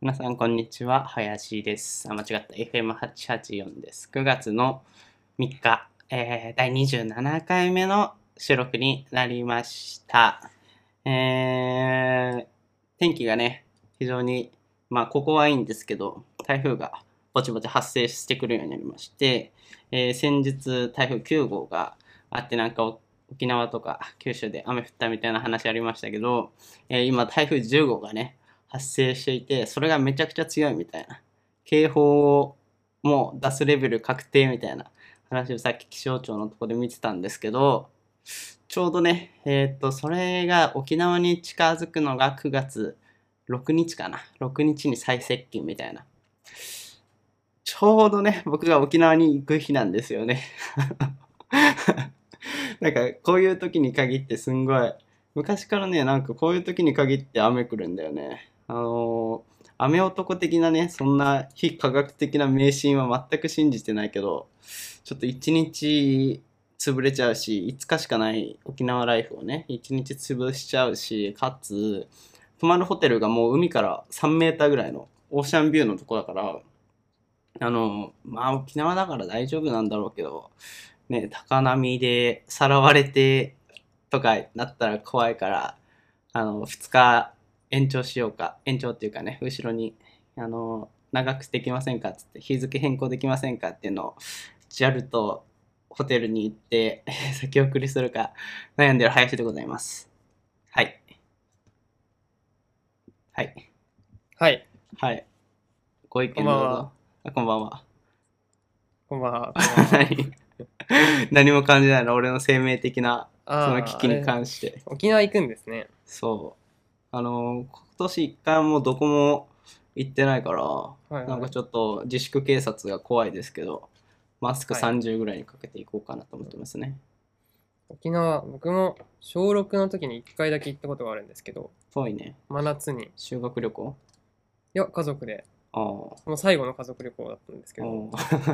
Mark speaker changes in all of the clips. Speaker 1: 皆さん、こんにちは。林です。あ、間違った。FM884 です。9月の3日、えー、第27回目の収録になりました。えー、天気がね、非常に、まあ、ここはいいんですけど、台風がぼちぼち発生してくるようになりまして、えー先日、台風9号があって、なんかお沖縄とか九州で雨降ったみたいな話ありましたけど、えー今、台風10号がね、発生していて、それがめちゃくちゃ強いみたいな、警報をもう出すレベル確定みたいな話をさっき気象庁のとこで見てたんですけど、ちょうどね、えーっと、それが沖縄に近づくのが9月6日かな。6日に最接近みたいな。ちょうどね、僕が沖縄に行く日なんですよね。 なんか、こういう時に限ってすんごい、昔からね、なんかこういう時に限って雨来るんだよね。あのー雨男的なね、そんな非科学的な迷信は全く信じてないけど、ちょっと一日潰れちゃうし、5日しかない沖縄ライフをね、一日潰しちゃうし、かつ、泊まるホテルがもう海から3メーターぐらいのオーシャンビューのとこだから、あの、まあ沖縄だから大丈夫なんだろうけど、ね、高波でさらわれてとかなったら怖いから、あの、2日延長しようか、延長っていうかね、後ろに、あの、長くできませんかっつって、日付変更できませんかっていうのを、JAL とホテルに行って、 先送りするか悩んでる林でございます。はい。はい。
Speaker 2: はい、
Speaker 1: はい。ご意見どう
Speaker 2: こんばん
Speaker 1: ぞ
Speaker 2: は。
Speaker 1: あこんばんは。
Speaker 2: こんばん は。
Speaker 1: 何何も感じないの俺の生命的な
Speaker 2: そ
Speaker 1: その危機に関して
Speaker 2: 沖縄行くんですね。
Speaker 1: そうあの今年一回もどこも行ってないから
Speaker 2: はいはい
Speaker 1: なんかちょっと自粛警察が怖いですけどマスク
Speaker 2: はい
Speaker 1: 30ぐらいにかけていこうかなと思ってますね、
Speaker 2: 沖縄、僕も小6の時に1回だけ行ったことがあるんですけど、
Speaker 1: 遠いね
Speaker 2: 真夏に、い
Speaker 1: 修学旅行
Speaker 2: や、家族で、
Speaker 1: ああ
Speaker 2: もう最後の家族旅行だったんですけど、
Speaker 1: おー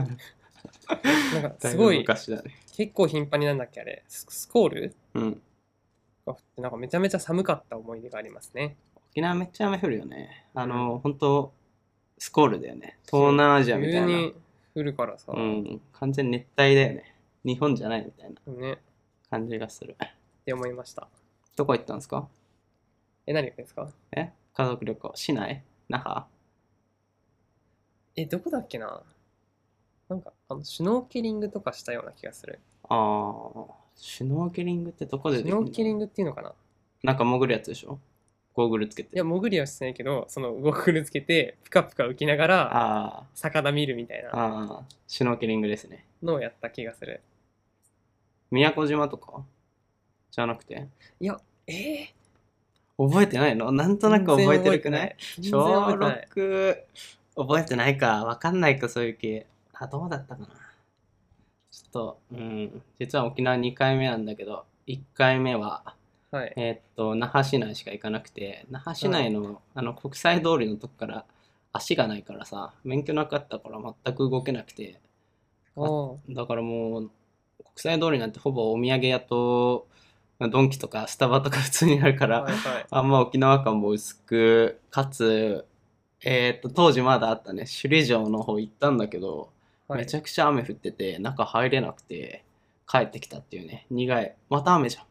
Speaker 2: なんか
Speaker 1: だ
Speaker 2: す
Speaker 1: い
Speaker 2: ご
Speaker 1: ぶ
Speaker 2: い、
Speaker 1: 昔だね
Speaker 2: 結構頻繁になんだっけあれ、ススコール
Speaker 1: うん
Speaker 2: が降って、なんかめちゃめちゃ寒かった思い出がありますね。
Speaker 1: 沖縄めっちゃ雨降るよねあの、本当スコールだよね東南アジアみたいな
Speaker 2: 急に降るからさ、
Speaker 1: うん、完全に熱帯だよね。日本じゃないみたいな
Speaker 2: ね、っ
Speaker 1: 感じがする。
Speaker 2: て思いました。
Speaker 1: どこ行ったんですか
Speaker 2: え、何がですか
Speaker 1: え家族旅行市内那覇
Speaker 2: え、どこだっけななんか、あの、シュノーケリングとかしたような気がする。
Speaker 1: あー、シュノーケリングってどこで
Speaker 2: シ
Speaker 1: で
Speaker 2: ュ
Speaker 1: きる
Speaker 2: ノ
Speaker 1: の
Speaker 2: ーケリングっていうのかな
Speaker 1: なんか潜るやつでしょゴーグルつけて。
Speaker 2: いや、潜りはしてないけど、そのゴーグルつけて、ぷかぷか浮きながら、
Speaker 1: あ
Speaker 2: 魚見るみたい
Speaker 1: ー
Speaker 2: な
Speaker 1: あー、シュノーケリングですね。
Speaker 2: のをやった気がする。
Speaker 1: 宮古島とかじゃなくて
Speaker 2: えー、
Speaker 1: 覚えてないのなんとなく覚えてるくない
Speaker 2: 全然
Speaker 1: 小
Speaker 2: 覚えてない
Speaker 1: 6覚えてないかわかんないかそういう系あどうだったかなちょっとうん実は沖縄2回目なんだけど1回目は
Speaker 2: はい。
Speaker 1: えーっと那覇市内しか行かなくて那覇市内の,、あの国際通りのとこから足がないからさ免許なかったから全く動けなくて
Speaker 2: おー
Speaker 1: だからもう国際通りなんてほぼお土産屋とドンキとかスタバとか普通にあるから、
Speaker 2: はいはい。
Speaker 1: あんま沖縄感も薄く、かつ、えーっと、当時まだあったね、首里城の方行ったんだけど、
Speaker 2: はい
Speaker 1: めちゃくちゃ雨降ってて、中入れなくて、帰ってきたっていうね、苦い。また雨じゃん。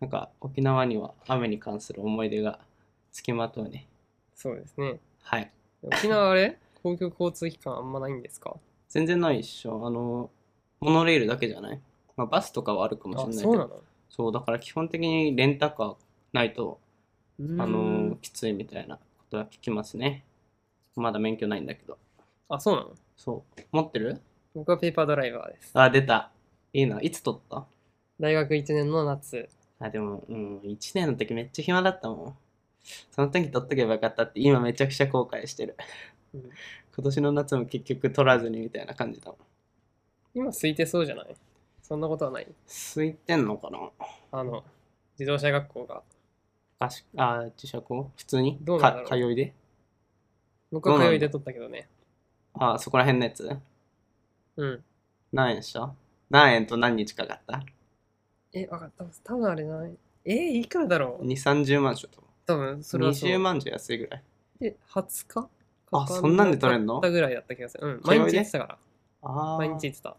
Speaker 1: なんか、沖縄には雨に関する思い出が付きまとうね。
Speaker 2: そうですね。
Speaker 1: はい。
Speaker 2: 沖縄あれ公共交通機関あんまないんですか
Speaker 1: 全然ないっしょ。あの、モノレールだけじゃないまあ、バスとかはあるかもしれ
Speaker 2: あ、
Speaker 1: ないけ
Speaker 2: そうな
Speaker 1: ど、
Speaker 2: の
Speaker 1: そう、だから基本的にレンタカーないと、あのー
Speaker 2: ー、
Speaker 1: きついみたいなことは聞きますね。まだ免許ないんだけど。
Speaker 2: あ、そうなの
Speaker 1: そう。持ってる
Speaker 2: 僕はペーパードライバーです。
Speaker 1: あ、出た。いいな。いつ取った
Speaker 2: 大学1年の夏。
Speaker 1: あ、でも、うん、1年の時めっちゃ暇だったもん。その時取っとけばよかったって、今めちゃくちゃ後悔してる。
Speaker 2: うん
Speaker 1: 今年の夏も結局取らずにみたいな感じだもん。
Speaker 2: 今空いてそうじゃないそんなことはない
Speaker 1: 空いてんのかな
Speaker 2: あの、自動車学校が。
Speaker 1: あ、しあ自社校普通に
Speaker 2: どうなんだろう
Speaker 1: か通いで
Speaker 2: 僕は通いで取ったけどね。
Speaker 1: あ、そこら辺のやつ
Speaker 2: うん。
Speaker 1: 何円でした何円と何日かかった
Speaker 2: え、わかった。多分あれない。えーいくらだろう
Speaker 1: ?2、30万しょと。
Speaker 2: 多分それはそう。
Speaker 1: 20万じゃ安いぐらい。
Speaker 2: で、20日
Speaker 1: あそんなんで撮れん
Speaker 2: わ
Speaker 1: の
Speaker 2: かなかったぐらいだった気がする。うん、
Speaker 1: それ
Speaker 2: 毎
Speaker 1: をね
Speaker 2: 日行ってたから。
Speaker 1: あー
Speaker 2: 毎日行ってた。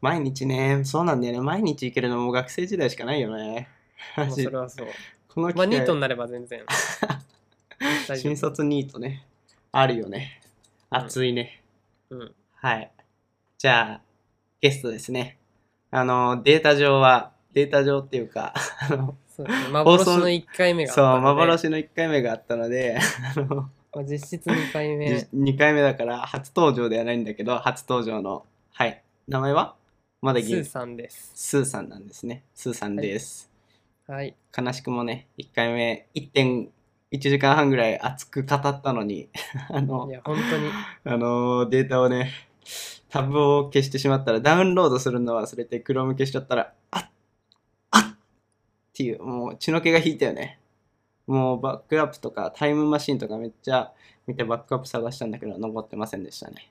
Speaker 1: 毎日ねそうなんだよね毎日行けるのも学生時代しかないよね
Speaker 2: ま
Speaker 1: マ
Speaker 2: あ、
Speaker 1: ジ
Speaker 2: それはそう。
Speaker 1: この機
Speaker 2: まあ、ニート
Speaker 1: 会
Speaker 2: になれば 全然。大丈
Speaker 1: 新
Speaker 2: 夫。
Speaker 1: 卒ニートねあるよね
Speaker 2: うん
Speaker 1: 熱いね、
Speaker 2: うん。
Speaker 1: はいじゃあゲストですねあのデータ上はデータ上っていうかあの
Speaker 2: そうですね。幻
Speaker 1: 放送
Speaker 2: の1回目があった
Speaker 1: そ
Speaker 2: ので。
Speaker 1: う幻の1回目があったのであの
Speaker 2: まあ、実質2回目。
Speaker 1: 2回目だから初登場ではないんだけど初登場のはい名前はまだ
Speaker 2: スー
Speaker 1: 銀ス
Speaker 2: さんです。
Speaker 1: ーさんなんですねスーさんです、
Speaker 2: はい。
Speaker 1: 悲しくもね1回目1.1時間半ぐらい熱く語ったのに あ
Speaker 2: い
Speaker 1: の
Speaker 2: や、本当に。
Speaker 1: あのデータをねタブを消してしまったらダウンロードするの忘れて Chrome 消しちゃったらあっあっっていうもう血の気が引いたよねもうバックアップとかタイムマシンとかめっちゃ見てバックアップ探したんだけど残ってませんでしたね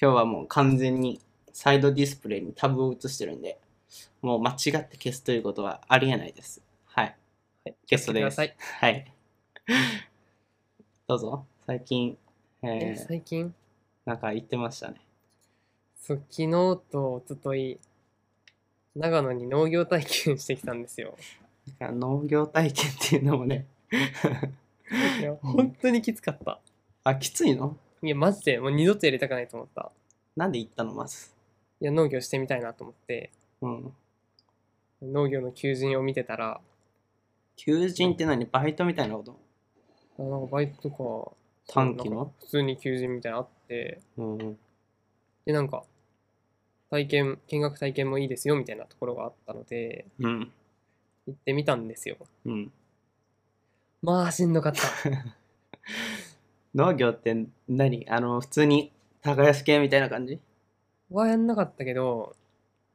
Speaker 1: 今日はもう完全にサイドディスプレイにタブを移してるんでもう間違って消すということはありえないですはい
Speaker 2: はい
Speaker 1: ゲストです
Speaker 2: 来てく
Speaker 1: はいどうぞ最近え
Speaker 2: ださいえ
Speaker 1: ー、
Speaker 2: 最近、
Speaker 1: なんか言ってましたね
Speaker 2: そう、昨日と一昨日長野に農業体験してきたんで すよ。
Speaker 1: なんか農業体験っていうのもね
Speaker 2: いや、本当にきつかった。
Speaker 1: あきついの
Speaker 2: いや、マジで、もう二度とやりたくないと思った。
Speaker 1: なんで行ったのまず
Speaker 2: いや、農業してみたいなと思って、
Speaker 1: うん
Speaker 2: 農業の求人を見てたら、
Speaker 1: 求人って何バイトみたいなこと
Speaker 2: あなんかバイトとか、
Speaker 1: 短期
Speaker 2: なん
Speaker 1: の
Speaker 2: か普通に求人みたいなのあって、
Speaker 1: うんうん
Speaker 2: で、なんか、体験、見学体験もいいですよみたいなところがあったので、
Speaker 1: うん
Speaker 2: 行ってみたんですよ。
Speaker 1: うん
Speaker 2: まあ、しんどかった。
Speaker 1: 農業って何あの普通に耕し系みたいな感じ
Speaker 2: はやんなかったけど、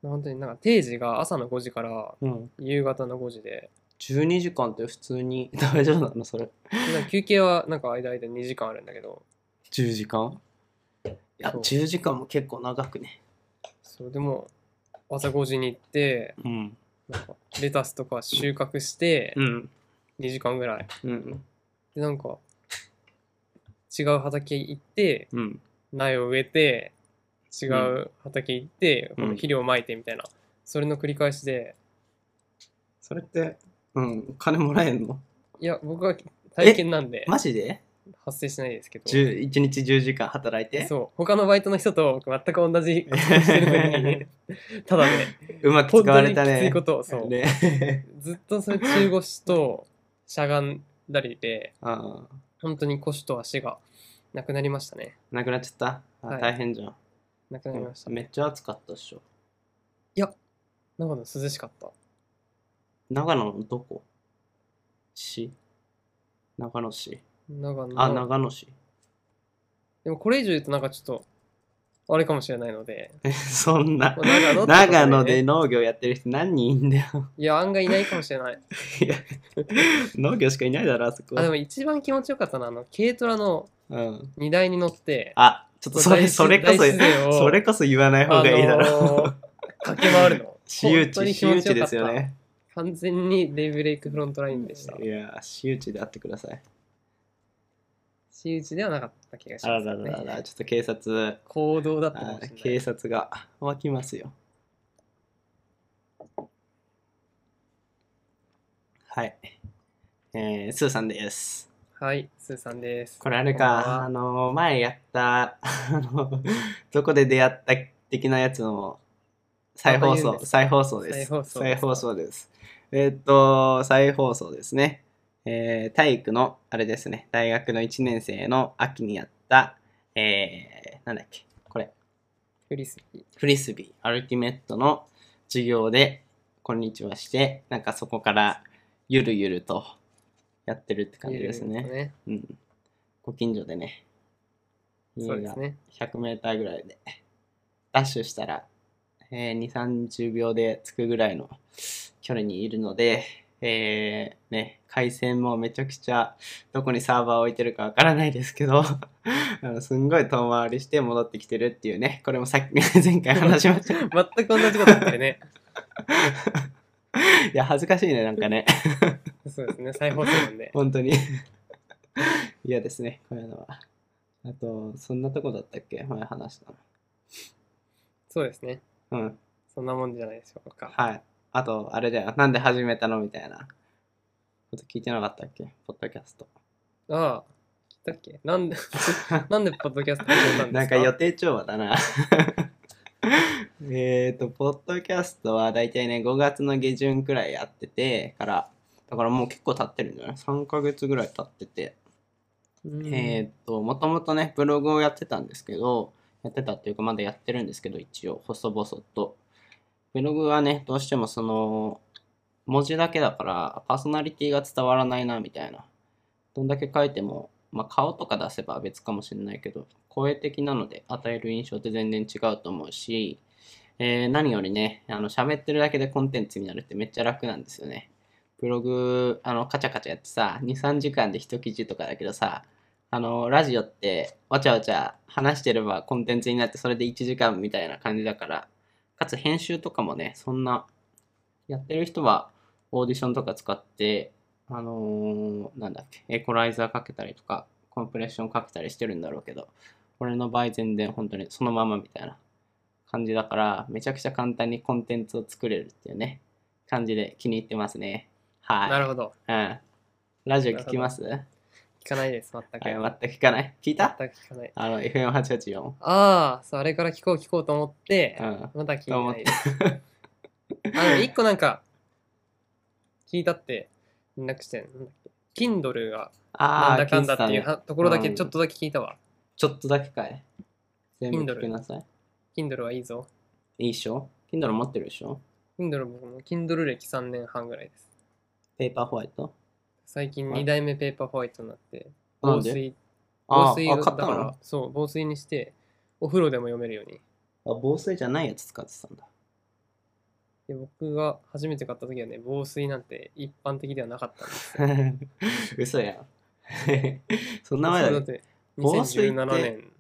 Speaker 2: 本当になんか定時が朝の5時から
Speaker 1: うん
Speaker 2: 夕方の5時で、
Speaker 1: 12時間って普通に 大丈夫なのそれ
Speaker 2: でなんか休憩はなんか間々2時間あるんだけど、
Speaker 1: 10時間いや
Speaker 2: そう
Speaker 1: 10時間も結構長くね
Speaker 2: そうでも朝5時に行って、
Speaker 1: うん
Speaker 2: なんかレタスとか収穫して
Speaker 1: うん
Speaker 2: 2時間ぐらい。
Speaker 1: うん
Speaker 2: で、なんか違う畑行って、
Speaker 1: うん
Speaker 2: 苗を植えて、違う畑行って、
Speaker 1: うん
Speaker 2: 今度肥料をまいてみたいな、それの繰り返しで、
Speaker 1: それってうん金もらえんの
Speaker 2: いや、僕は体験なんで
Speaker 1: マジで
Speaker 2: 発生しないですけど。
Speaker 1: 10 1日10時間働いて
Speaker 2: そう他のバイトの人と僕全く同じことして るのにただね
Speaker 1: うまく
Speaker 2: 本
Speaker 1: 使
Speaker 2: 当
Speaker 1: わ
Speaker 2: に
Speaker 1: れ
Speaker 2: き
Speaker 1: た
Speaker 2: つい
Speaker 1: ね
Speaker 2: ことをそう、
Speaker 1: ね
Speaker 2: ずっとそれ中腰としゃがんだりで
Speaker 1: ああ
Speaker 2: 本当に腰と足がなくなりましたね
Speaker 1: なくなっちゃったあ、
Speaker 2: はい
Speaker 1: 大変じゃん、
Speaker 2: なくなりました、
Speaker 1: めっちゃ暑かったっしょ
Speaker 2: 長野涼しかった
Speaker 1: 長野のどこ市長野市
Speaker 2: 長野
Speaker 1: あ長野市
Speaker 2: でもこれ以上言うとなんかちょっとあれかもしれない ので
Speaker 1: そんな
Speaker 2: もう 長野ってことね
Speaker 1: 長野で農業やってる人何人いんだよ
Speaker 2: いや案外いないかもしれない
Speaker 1: いや農業しかいないだろあそこ
Speaker 2: あでも一番気持ちよかったのはあの軽トラの
Speaker 1: うん、
Speaker 2: 荷台に乗って
Speaker 1: あちょっとそれ
Speaker 2: 大
Speaker 1: それこ
Speaker 2: 大自然
Speaker 1: そ
Speaker 2: を
Speaker 1: それこそ言わない方がいいだろ、
Speaker 2: あのー駆け回るの
Speaker 1: 私有
Speaker 2: 本当
Speaker 1: 地
Speaker 2: に
Speaker 1: 私
Speaker 2: 気
Speaker 1: 有
Speaker 2: 持ち
Speaker 1: 地
Speaker 2: よ
Speaker 1: で
Speaker 2: かっ
Speaker 1: す
Speaker 2: た
Speaker 1: よね
Speaker 2: 完全にデイブレイクフロントラインでした。
Speaker 1: いや私有地で会ってください
Speaker 2: 私有地ではなかった気がし
Speaker 1: あ
Speaker 2: ま
Speaker 1: ら
Speaker 2: す、
Speaker 1: ららら
Speaker 2: ね。
Speaker 1: ちょっと警察
Speaker 2: 行動だったか
Speaker 1: あ
Speaker 2: もしれ
Speaker 1: 警
Speaker 2: ない。
Speaker 1: 察が湧きますよはいえー、スーさんです
Speaker 2: はい、スーさんです。
Speaker 1: これあれ
Speaker 2: こんばん
Speaker 1: か
Speaker 2: は
Speaker 1: あの前やったあのどこで出会った的なやつの再放
Speaker 2: また言うん
Speaker 1: 送
Speaker 2: です
Speaker 1: 再放送です
Speaker 2: 再放送です
Speaker 1: 再放送ですえーっと再放送ですねえー体育のあれですね大学の1年生の秋にやったえー、なんだっけこれ
Speaker 2: フリスビー。
Speaker 1: フリスビーアルティメットの授業でこんにちはしてなんかそこからゆるゆるとやってるって感じですね
Speaker 2: いいね
Speaker 1: うん、ご近所でね家
Speaker 2: そうで
Speaker 1: が
Speaker 2: すね。
Speaker 1: 100m ぐらいでダッシュしたら、えー、2 3 0秒で着くぐらいの距離にいるので、えーね、回線もめちゃくちゃどこにサーバーを置いてるかわからないですけど あのすんごい遠回りして戻ってきてるっていうねこれもさっき 前回話しました
Speaker 2: 全く同じことだったよ ね。
Speaker 1: いや恥ずかしいねなんかね
Speaker 2: そうですね、再放送なんで。
Speaker 1: 本当に嫌ですねこういうのはあと、そんなとこだったっけ前話した
Speaker 2: そうですね。
Speaker 1: の。うん。
Speaker 2: そんなもんじゃないでしょうか。
Speaker 1: はい。あと、あれだよ。なんで始めたのみたいなこと聞いてなかったっけポッドキャスト。
Speaker 2: ああ、聞いたっけなんで、 なんでポッドキャスト始めたんですか
Speaker 1: なんか予定調和だな。 えっと、ポッドキャストはだいたいね、5月の下旬くらいやってて、から、だからもう結構経ってるんじゃない ?3 ヶ月ぐらい経ってて。
Speaker 2: うん
Speaker 1: えーっと、もともとね、ブログをやってたんですけど、やってたっていうか、まだやってるんですけど、一応、細々と。ブログはね、どうしてもその、文字だけだから、パーソナリティが伝わらないな、みたいな。どんだけ書いても、まあ、顔とか出せば別かもしれないけど、声的なので与える印象って全然違うと思うし、えー何よりね、あの、喋ってるだけでコンテンツになるってめっちゃ楽なんですよね。ブログ、あの、カチャカチャやってさ、2、3時間で一記事とかだけどさ、あの、ラジオって、わちゃわちゃ話してればコンテンツになって、それで1時間みたいな感じだから、かつ編集とかもね、そんな、やってる人はオーディションとか使って、あのーなんだっけ、エコライザーかけたりとか、コンプレッションかけたりしてるんだろうけど、俺の場合全然本当にそのままみたいな感じだから、めちゃくちゃ簡単にコンテンツを作れるっていうね、感じで気に入ってますね。はい。
Speaker 2: なるほど。
Speaker 1: うん。ラジオ聞きます
Speaker 2: 聞かないです、全く。
Speaker 1: はい、全く聞かない。聞いた
Speaker 2: 全く聞かない。
Speaker 1: あの、FM884。
Speaker 2: ああ、そう、あれから聞こう聞こうと思って
Speaker 1: う、ん。
Speaker 2: まだ聞いてないです。あの、一個なんか、聞いたって連絡してん、なんだっけ Kindle がな
Speaker 1: あ
Speaker 2: ん
Speaker 1: あ、
Speaker 2: だかんだってい
Speaker 1: 聞
Speaker 2: う
Speaker 1: てたね
Speaker 2: はところだけ
Speaker 1: うん
Speaker 2: ちょっとだけ聞いたわ。
Speaker 1: ちょっとだけかい。全部
Speaker 2: Kindle
Speaker 1: 聞きなさい。
Speaker 2: Kindle はいいぞ。
Speaker 1: いいっしょ ?Kindle 持ってるでしょ
Speaker 2: Kindle 僕も Kindle 歴3年半ぐらいです。
Speaker 1: ペーパーホワイト
Speaker 2: 最近
Speaker 1: はい
Speaker 2: 2代目ペーパーホワイトになって、
Speaker 1: な
Speaker 2: 防
Speaker 1: んで
Speaker 2: 水、
Speaker 1: あ
Speaker 2: 防
Speaker 1: ー
Speaker 2: 水
Speaker 1: あ、
Speaker 2: だ
Speaker 1: 買
Speaker 2: か
Speaker 1: ったのあ
Speaker 2: ら、そう、防水にして、お風呂でも読めるように。
Speaker 1: 防水じゃないやつ使ってたんだ。
Speaker 2: で僕が初めて買った時はね、防水なんて一般的ではなかったんですよ。
Speaker 1: 嘘やん。そんな前
Speaker 2: そう
Speaker 1: だ
Speaker 2: だっ
Speaker 1: っけ
Speaker 2: て
Speaker 1: 防水って
Speaker 2: 2017年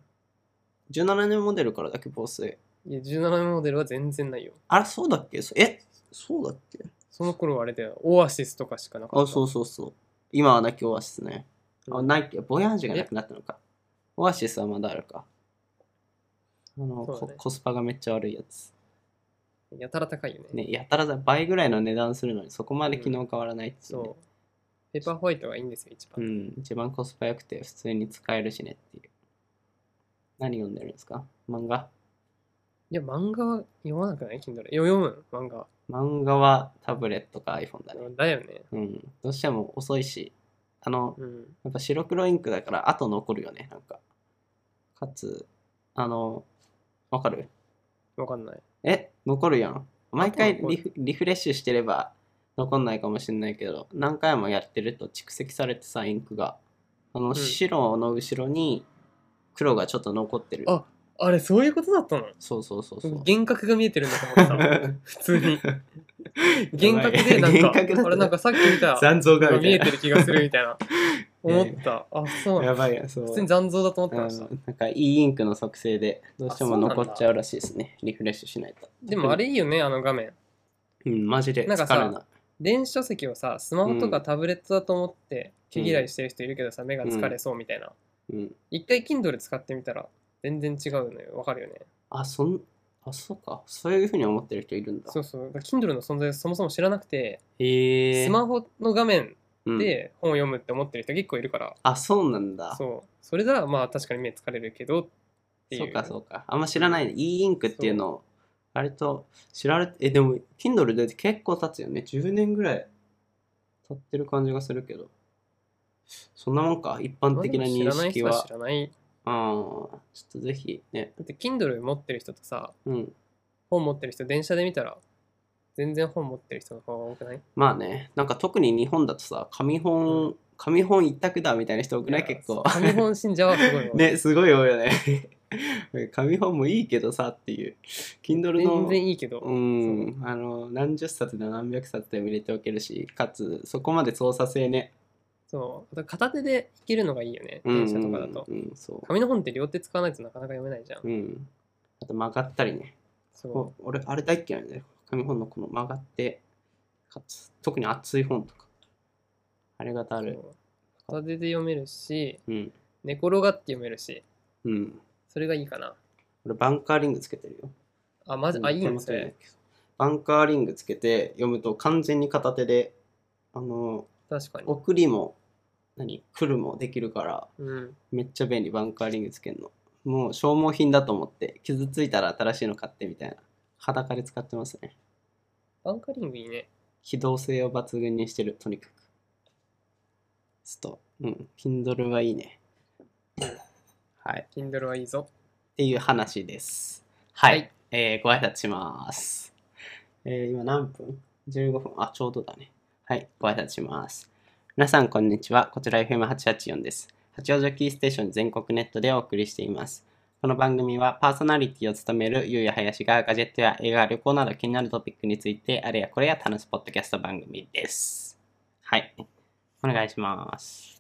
Speaker 1: 17年モデルからだっけ防水。
Speaker 2: いや17年モデルは全然ないよ
Speaker 1: あれ、そうだっけそえそうだっけ
Speaker 2: その頃はあれだよオアシスとかしかなかった
Speaker 1: あ、そうそうそう。今はなきオアシスね。あ、ないっけボヤージュがなくなったのか。オアシスはまだあるか。あの、
Speaker 2: そうだ
Speaker 1: こ
Speaker 2: ね
Speaker 1: コスパがめっちゃ悪いやつ。
Speaker 2: やたら高いよね
Speaker 1: ね、やたらだ倍ぐらいの値段するのにそこまで機能変わらないっていうね、
Speaker 2: そうペーパーホワイトがいいんですよ一
Speaker 1: う
Speaker 2: 番、
Speaker 1: ん、一番コスパ良くて普通に使えるしねっていう。何読んでるんですか漫画
Speaker 2: いや漫画は読まなくない Kindle いや読む漫画
Speaker 1: 漫画はタブレットか iPhone だね。
Speaker 2: だよね
Speaker 1: うん。どうしても遅いし、あの、
Speaker 2: うん
Speaker 1: やっぱ白黒インクだから後残るよね、なんか。かつ、あの、わかる
Speaker 2: わかんない
Speaker 1: え、残るやん。毎回
Speaker 2: 残る
Speaker 1: リフリフレッシュしてれば残んないかもしれないけど、何回もやってると蓄積されてさ、インクが。あの、
Speaker 2: ん
Speaker 1: 白の後ろに黒がちょっと残ってる。
Speaker 2: ああれそういうことだったの
Speaker 1: そうそうそうそう
Speaker 2: 僕。幻覚が見えてるんだと思って た普通に幻覚でなん
Speaker 1: 幻覚だ
Speaker 2: か
Speaker 1: った
Speaker 2: あれなんかさっき見た
Speaker 1: 残像が
Speaker 2: が
Speaker 1: みた
Speaker 2: 見
Speaker 1: い
Speaker 2: え
Speaker 1: な
Speaker 2: てる気がするみた い
Speaker 1: い
Speaker 2: な
Speaker 1: や
Speaker 2: 思ったあそうな
Speaker 1: や
Speaker 2: の
Speaker 1: ばいやん、そう。
Speaker 2: 普通に残像だと思ってました
Speaker 1: うんなんかいいインクの促成でどうしても
Speaker 2: あそうなんだ
Speaker 1: 残っちゃうらしいですね。リフレッシュしないと。
Speaker 2: でもあれいいよねあの画面
Speaker 1: うん、マジで
Speaker 2: なんかさ
Speaker 1: 疲れない。
Speaker 2: 電子書籍をさスマホと
Speaker 1: う
Speaker 2: か
Speaker 1: ん
Speaker 2: タブレットだと思って毛嫌いしてる人いるけどさ、目が疲れそうみたいな、
Speaker 1: うん。
Speaker 2: 一回 Kindle 使ってみたら全然違うのよわかるよね
Speaker 1: あ、そん、あ、そうか。そういうふうに思ってる人いるんだ
Speaker 2: そ。うそうだから Kindle の存在をそもそも知らなくて、
Speaker 1: へえ。
Speaker 2: スマホの画面
Speaker 1: うん
Speaker 2: で本を読むって思ってる人結構いるから、
Speaker 1: あ、そうなんだ。そう
Speaker 2: そうそれならまあ確かに目疲れるけどっていう
Speaker 1: か、そうか。あんま知らないね。いいインクっていうのを、割と知られて、え、でも、Kindle で結構経つよね。10年ぐらい経ってる感じがするけど。そんなもんか、一般
Speaker 2: まあ
Speaker 1: 的
Speaker 2: で
Speaker 1: な
Speaker 2: も知
Speaker 1: 認
Speaker 2: らない
Speaker 1: 識
Speaker 2: 人
Speaker 1: は。
Speaker 2: は知らない
Speaker 1: ああ、ちょっとぜひ、ね。
Speaker 2: だって Kindle 持ってる人とさ
Speaker 1: うん。
Speaker 2: 本持ってる人電車で見たら全然本持ってる人の方が多くない
Speaker 1: まあね、なんか特に日本だとさ、紙本、紙本一択だみたいな人多くない
Speaker 2: いや
Speaker 1: 結構。
Speaker 2: 紙本信者はすごいわ
Speaker 1: ね、すごい多いよね。 紙本もいいけどさっていう。Kindle の。
Speaker 2: 全然いいけど、
Speaker 1: うん、あの何十冊で何百冊でも入れておけるしかつそこまで操作性ね
Speaker 2: そう。あと片手で弾けるのがいいよね。
Speaker 1: うん
Speaker 2: 電車とかだと。
Speaker 1: うん、そ
Speaker 2: 紙の本って両手使わないとなかなか読めないじゃん
Speaker 1: う、。うん、あと曲がったりね
Speaker 2: そ
Speaker 1: お俺あれ大っ嫌いなんだよ紙本のこの曲がってかつ特に厚い本とかあれが
Speaker 2: う。
Speaker 1: だる
Speaker 2: そう片手で読めるし、
Speaker 1: うん
Speaker 2: 寝転がって読めるし、
Speaker 1: うん。
Speaker 2: それがいいかな。
Speaker 1: 俺、バンカーリングつけてるよ。
Speaker 2: あ、まず、あ、いいん
Speaker 1: ん
Speaker 2: で
Speaker 1: です
Speaker 2: ね。
Speaker 1: バンカーリングつけて読むと完全に片手で、あの、
Speaker 2: 確かに。
Speaker 1: 送りも、何来るもできるから、
Speaker 2: うん。
Speaker 1: めっちゃ便利、バンカーリングつけるの。もう消耗品だと思って、傷ついたら新しいの買ってみたいな。裸で使ってますね。
Speaker 2: バンカリングいいね。
Speaker 1: 機動性を抜群にしてる、とにかく。スト。うん。Kindle はいいね。はい。
Speaker 2: Kindle はいいぞ。
Speaker 1: っていう話です。はい。
Speaker 2: はい
Speaker 1: えーご挨拶します。えー今何分 ?15 分。あ、ちょうどだね。はい。ご挨拶します。皆さん、こんにちは。こちら FM884 です。八王子をキーステーションに全国ネットでお送りしています。この番組はパーソナリティを務めるゆうやはやしがガジェットや映画、旅行など気になるトピックについてあれやこれや楽しポッドキャスト番組です。はい。お願いします。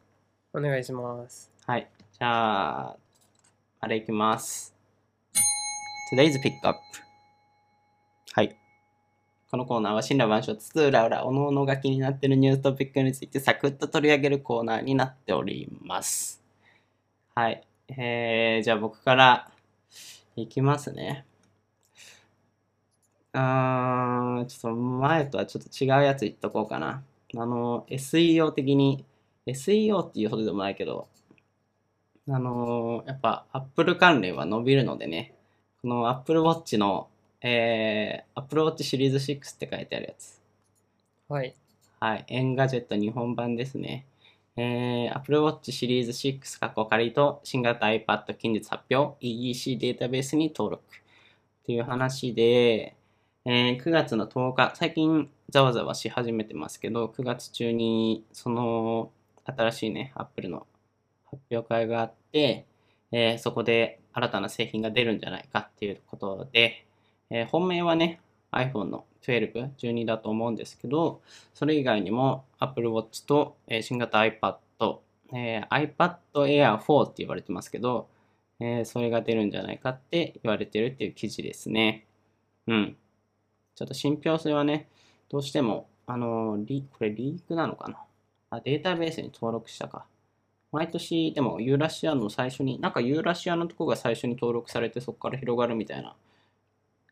Speaker 2: お願いします。
Speaker 1: はい。じゃあ、あれいきます。Today's Pickup。はい。このコーナーは新羅万象つつ裏裏おのおのが気になってるニューストピックについてサクッと取り上げるコーナーになっております。はい。えー、じゃあ僕からいきますね。あー、ちょっと前とはちょっと違うやつ言っとこうかな。あの、SEO 的に、SEO っていうほどでもないけど、あのーやっぱ Apple 関連は伸びるのでね、この Apple Watch の、えー、Apple Watch シリーズ6って書いてあるやつ。
Speaker 2: はい。
Speaker 1: はい、エンガジェット日本版ですね。えー、Apple Watch シリーズ6過去仮と新型 iPad 近日発表 EEC データベースに登録っていう話で、えー9月の10日最近ざわざわし始めてますけど9月中にその新しいね Apple の発表会があって、えーそこで新たな製品が出るんじゃないかっていうことで、えー本命はね iPhone の12、12だと思うんですけど、それ以外にも Apple Watch と、えー新型 iPad、えー iPad Air 4って言われてますけど、えーそれが出るんじゃないかって言われてるっていう記事ですね。うん。ちょっと信憑性はね、どうしても、あのーリ、これリークなのかなあ、データベースに登録したか。毎年、でもユーラシアの最初に、なんかユーラシアのとこが最初に登録されてそこから広がるみたいな、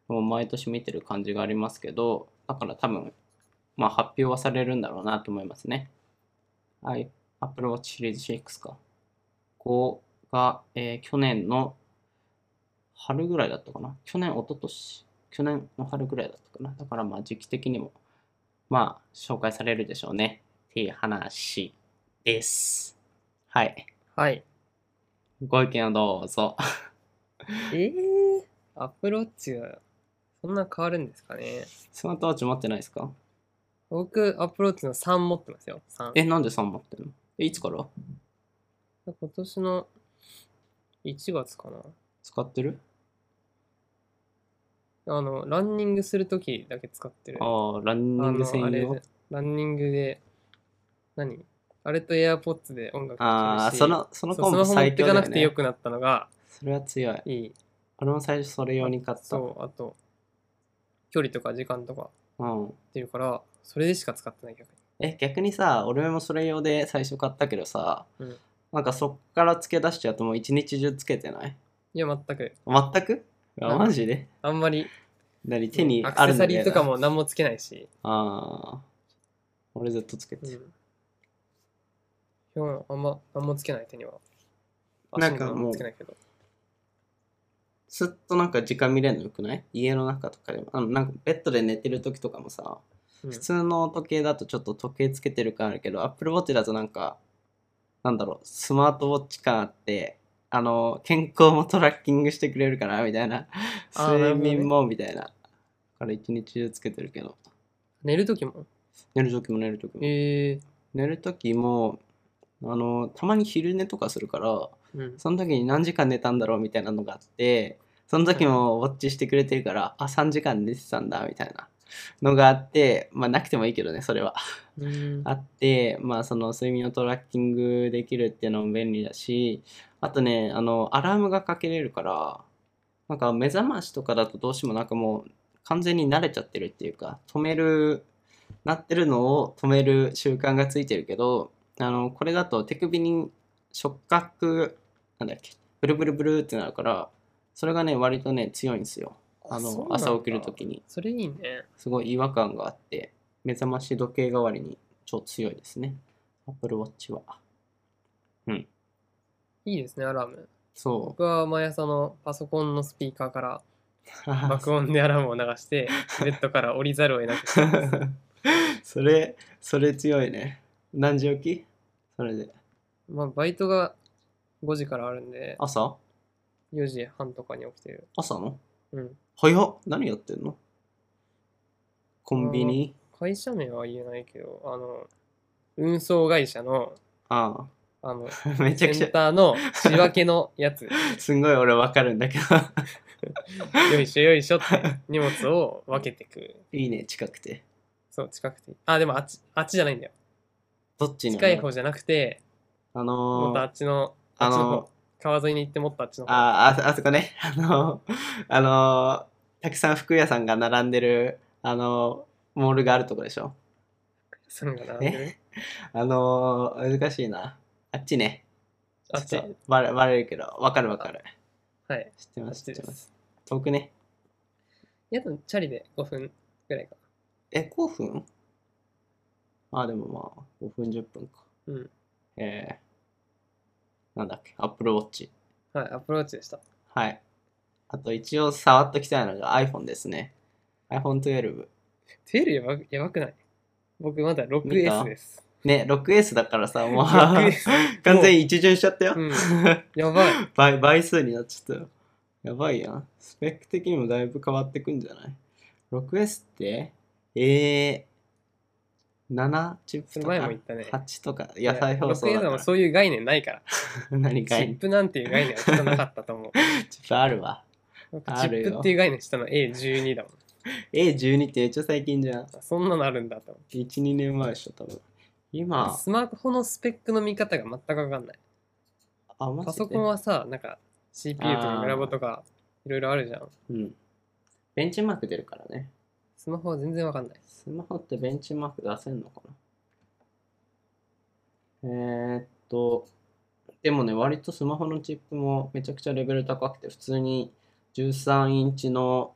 Speaker 1: もう毎年見てる感じがありますけど、だから多分まあ、発表はされるんだろうなと思いますね。はい、Apple Watch シリーズ6か。5が、えー去年の春ぐらいだったかな。去年、一昨年去年の春ぐらいだったかな。だからまあ時期的にも、まあ紹介されるでしょうね。っていう話です。はい。
Speaker 2: はい。
Speaker 1: ご意見をどうぞ。
Speaker 2: えー、アプローチがそんな変わるんですかね。
Speaker 1: スマートウォッチ持ってないですか
Speaker 2: 僕、アプローチの3持ってますよ。3。
Speaker 1: え、なんで3持ってんのえ、いつから
Speaker 2: 今年の1月かな。
Speaker 1: 使ってる
Speaker 2: あの、ランニングするときだけ使ってる。
Speaker 1: ああ、ランニング専
Speaker 2: あのあれ
Speaker 1: 用
Speaker 2: でランニングで、何あれと AirPods で音楽聴けるし
Speaker 1: ああ、その、そ
Speaker 2: そ
Speaker 1: の
Speaker 2: う
Speaker 1: コ
Speaker 2: ス
Speaker 1: ンボ
Speaker 2: マホ持っ
Speaker 1: 最
Speaker 2: て
Speaker 1: 強だ
Speaker 2: かな
Speaker 1: よ
Speaker 2: くて良
Speaker 1: ね。
Speaker 2: くなったのが
Speaker 1: それは強い。
Speaker 2: いい。
Speaker 1: 俺も最初それ用に買った。う
Speaker 2: そう、あと、距離とか時間とか
Speaker 1: ん。
Speaker 2: っていうから、それでしか使ってない逆に。
Speaker 1: え、逆にさ、俺もそれ用で最初買ったけどさ、
Speaker 2: うん
Speaker 1: なんかそっから付け出しちゃうともう一日中つけてない
Speaker 2: いや、全く。
Speaker 1: 全くあ
Speaker 2: うん
Speaker 1: マジで
Speaker 2: あんまり、
Speaker 1: 何手に
Speaker 2: ア
Speaker 1: あ
Speaker 2: ク
Speaker 1: る
Speaker 2: セ
Speaker 1: ん
Speaker 2: サ
Speaker 1: だ
Speaker 2: リーとか。も何もつけないし。
Speaker 1: ああ。俺ずっとつけ
Speaker 2: う
Speaker 1: てる。
Speaker 2: ん。基本、あんま、何もつけない手には。
Speaker 1: なん
Speaker 2: 足
Speaker 1: か
Speaker 2: に何
Speaker 1: もう
Speaker 2: つけないけど。
Speaker 1: すっとなんか時間見れるのよくない家の中とかでも。あの、なんかベッドで寝てる時とかもさ、
Speaker 2: うん
Speaker 1: 普通の時計だとちょっと時計つけてる感あるけど、Apple Watch だとなんか、なんだろう、スマートウォッチ感あって、あの、健康もトラッキングしてくれるから、みたいな。
Speaker 2: あーな
Speaker 1: 睡
Speaker 2: るほどね
Speaker 1: 眠も、みたいな。だから一日中つけてるけど。
Speaker 2: 寝るときも
Speaker 1: 寝る時も寝る時も。
Speaker 2: ええ
Speaker 1: 寝る時も、あの、たまに昼寝とかするから、
Speaker 2: うん。
Speaker 1: その時に何時間寝たんだろうみたいなのがあって、その時もウォッチしてくれてるから、あ、3時間寝てたんだみたいなのがあって、まあなくてもいいけどね、それは。
Speaker 2: うん
Speaker 1: あって、まあその睡眠をトラッキングできるっていうのも便利だし、あとね、あの、アラームがかけれるから、なんか目覚ましとかだとどうしてもなんかもう完全に慣れちゃってるっていうか、止める、なってるのを止める習慣がついてるけど、あの、これだと手首に触覚、なんだっけ、ブルブルブルってなるから、それがね、割とね、強いんですよ。あ
Speaker 2: そう
Speaker 1: の
Speaker 2: なん、だ
Speaker 1: 朝起きるときに。
Speaker 2: それいいね。
Speaker 1: すごい違和感があって、目覚まし時計代わりに超強いですね。Apple Watch は。
Speaker 2: いいですね、アラーム。
Speaker 1: そ
Speaker 2: 僕は毎朝のパソコンのスピーカーから
Speaker 1: う。
Speaker 2: 爆音でアラームを流して、ベッドから降りざるを得なくしてます。
Speaker 1: それ、それ強いね。何時起きそれで。
Speaker 2: まあ、バイトが5時からあるんで、
Speaker 1: 朝
Speaker 2: 4時半とかに起きてる。
Speaker 1: 朝の
Speaker 2: うん。
Speaker 1: 早っ何やってんのコンビニ
Speaker 2: 会社名は言えないけど、あの、運送会社の、
Speaker 1: あ
Speaker 2: あの、
Speaker 1: あ。 めち
Speaker 2: セ
Speaker 1: ゃくち
Speaker 2: ン
Speaker 1: ゃ、
Speaker 2: ターの仕分けのや つ。
Speaker 1: すんごい俺わかるんだけど。
Speaker 2: よいしょよいしょって荷物を分けてく。
Speaker 1: いいね、近くて。
Speaker 2: そう、近くていい。あ、でもあっち、あっちじゃないんだよ。
Speaker 1: どっちに
Speaker 2: 近い方じゃなくて、
Speaker 1: あ
Speaker 2: もっ
Speaker 1: の
Speaker 2: とあ
Speaker 1: ー、
Speaker 2: っちの、
Speaker 1: あ
Speaker 2: あっちの
Speaker 1: の
Speaker 2: 方川沿いに行ってもっとあっちの方。
Speaker 1: ああ、あそこね。 あのー、あのー、たくさん服屋さんが並んでる、あのー、モールがあるとこでしょ。
Speaker 2: そういうのが並んでる。
Speaker 1: あのー、難しいな。あっちね。
Speaker 2: あっち
Speaker 1: ょ。とバレバレるけど、わかるわかる。
Speaker 2: はい。
Speaker 1: 知って
Speaker 2: あ
Speaker 1: ま
Speaker 2: っ
Speaker 1: す、
Speaker 2: ち
Speaker 1: 知っ
Speaker 2: で
Speaker 1: てます。
Speaker 2: す。
Speaker 1: 遠くね。
Speaker 2: いや、でもチャリで5分ぐらいか。
Speaker 1: え、5分あ、でもまあ、5分10分か。
Speaker 2: うん。
Speaker 1: えー、なんだっけ、Apple Watch。
Speaker 2: はい、アプローチでした。
Speaker 1: はい。あと一応触っときたいのが iPhone ですね。iPhone12。
Speaker 2: テールやばやばくない僕まだ
Speaker 1: 見た
Speaker 2: 6S です。
Speaker 1: ね、6S だからさ、もう
Speaker 2: 6S
Speaker 1: 完全に一巡しちゃったよ。
Speaker 2: うんやばい。
Speaker 1: 倍倍数になっちゃったよ。やばいやん。スペック的にもだいぶ変わってくんじゃない ?6S って、えー、7チップ
Speaker 2: そ
Speaker 1: と
Speaker 2: れ
Speaker 1: か
Speaker 2: 前も言っ たね。
Speaker 1: 8とか、野菜放送
Speaker 2: 6S
Speaker 1: だか
Speaker 2: はもう
Speaker 1: ら。
Speaker 2: そういう概念ない から。
Speaker 1: 何
Speaker 2: チ
Speaker 1: かい
Speaker 2: ップなんていう概念はきっとなかった と思う。
Speaker 1: チップあるわ。
Speaker 2: 僕チ
Speaker 1: あるよ
Speaker 2: ップっていう概念したの A12 だもん。
Speaker 1: A12 ってめっちゃ最近じゃん。
Speaker 2: あそんなのあるんだと思
Speaker 1: 1、2年前でしょ、多分。
Speaker 2: う。
Speaker 1: 今、
Speaker 2: スマホのスペックの見方が全くわかんない。
Speaker 1: あ、マジで
Speaker 2: パソコンはさ、なんか CPU とかグラボとかいろいろあるじゃん。
Speaker 1: うん。ベンチマーク出るからね。
Speaker 2: スマホは全然わかんない。
Speaker 1: スマホってベンチマーク出せんのかなえー、っと、でもね、割とスマホのチップもめちゃくちゃレベル高くて、普通に13インチの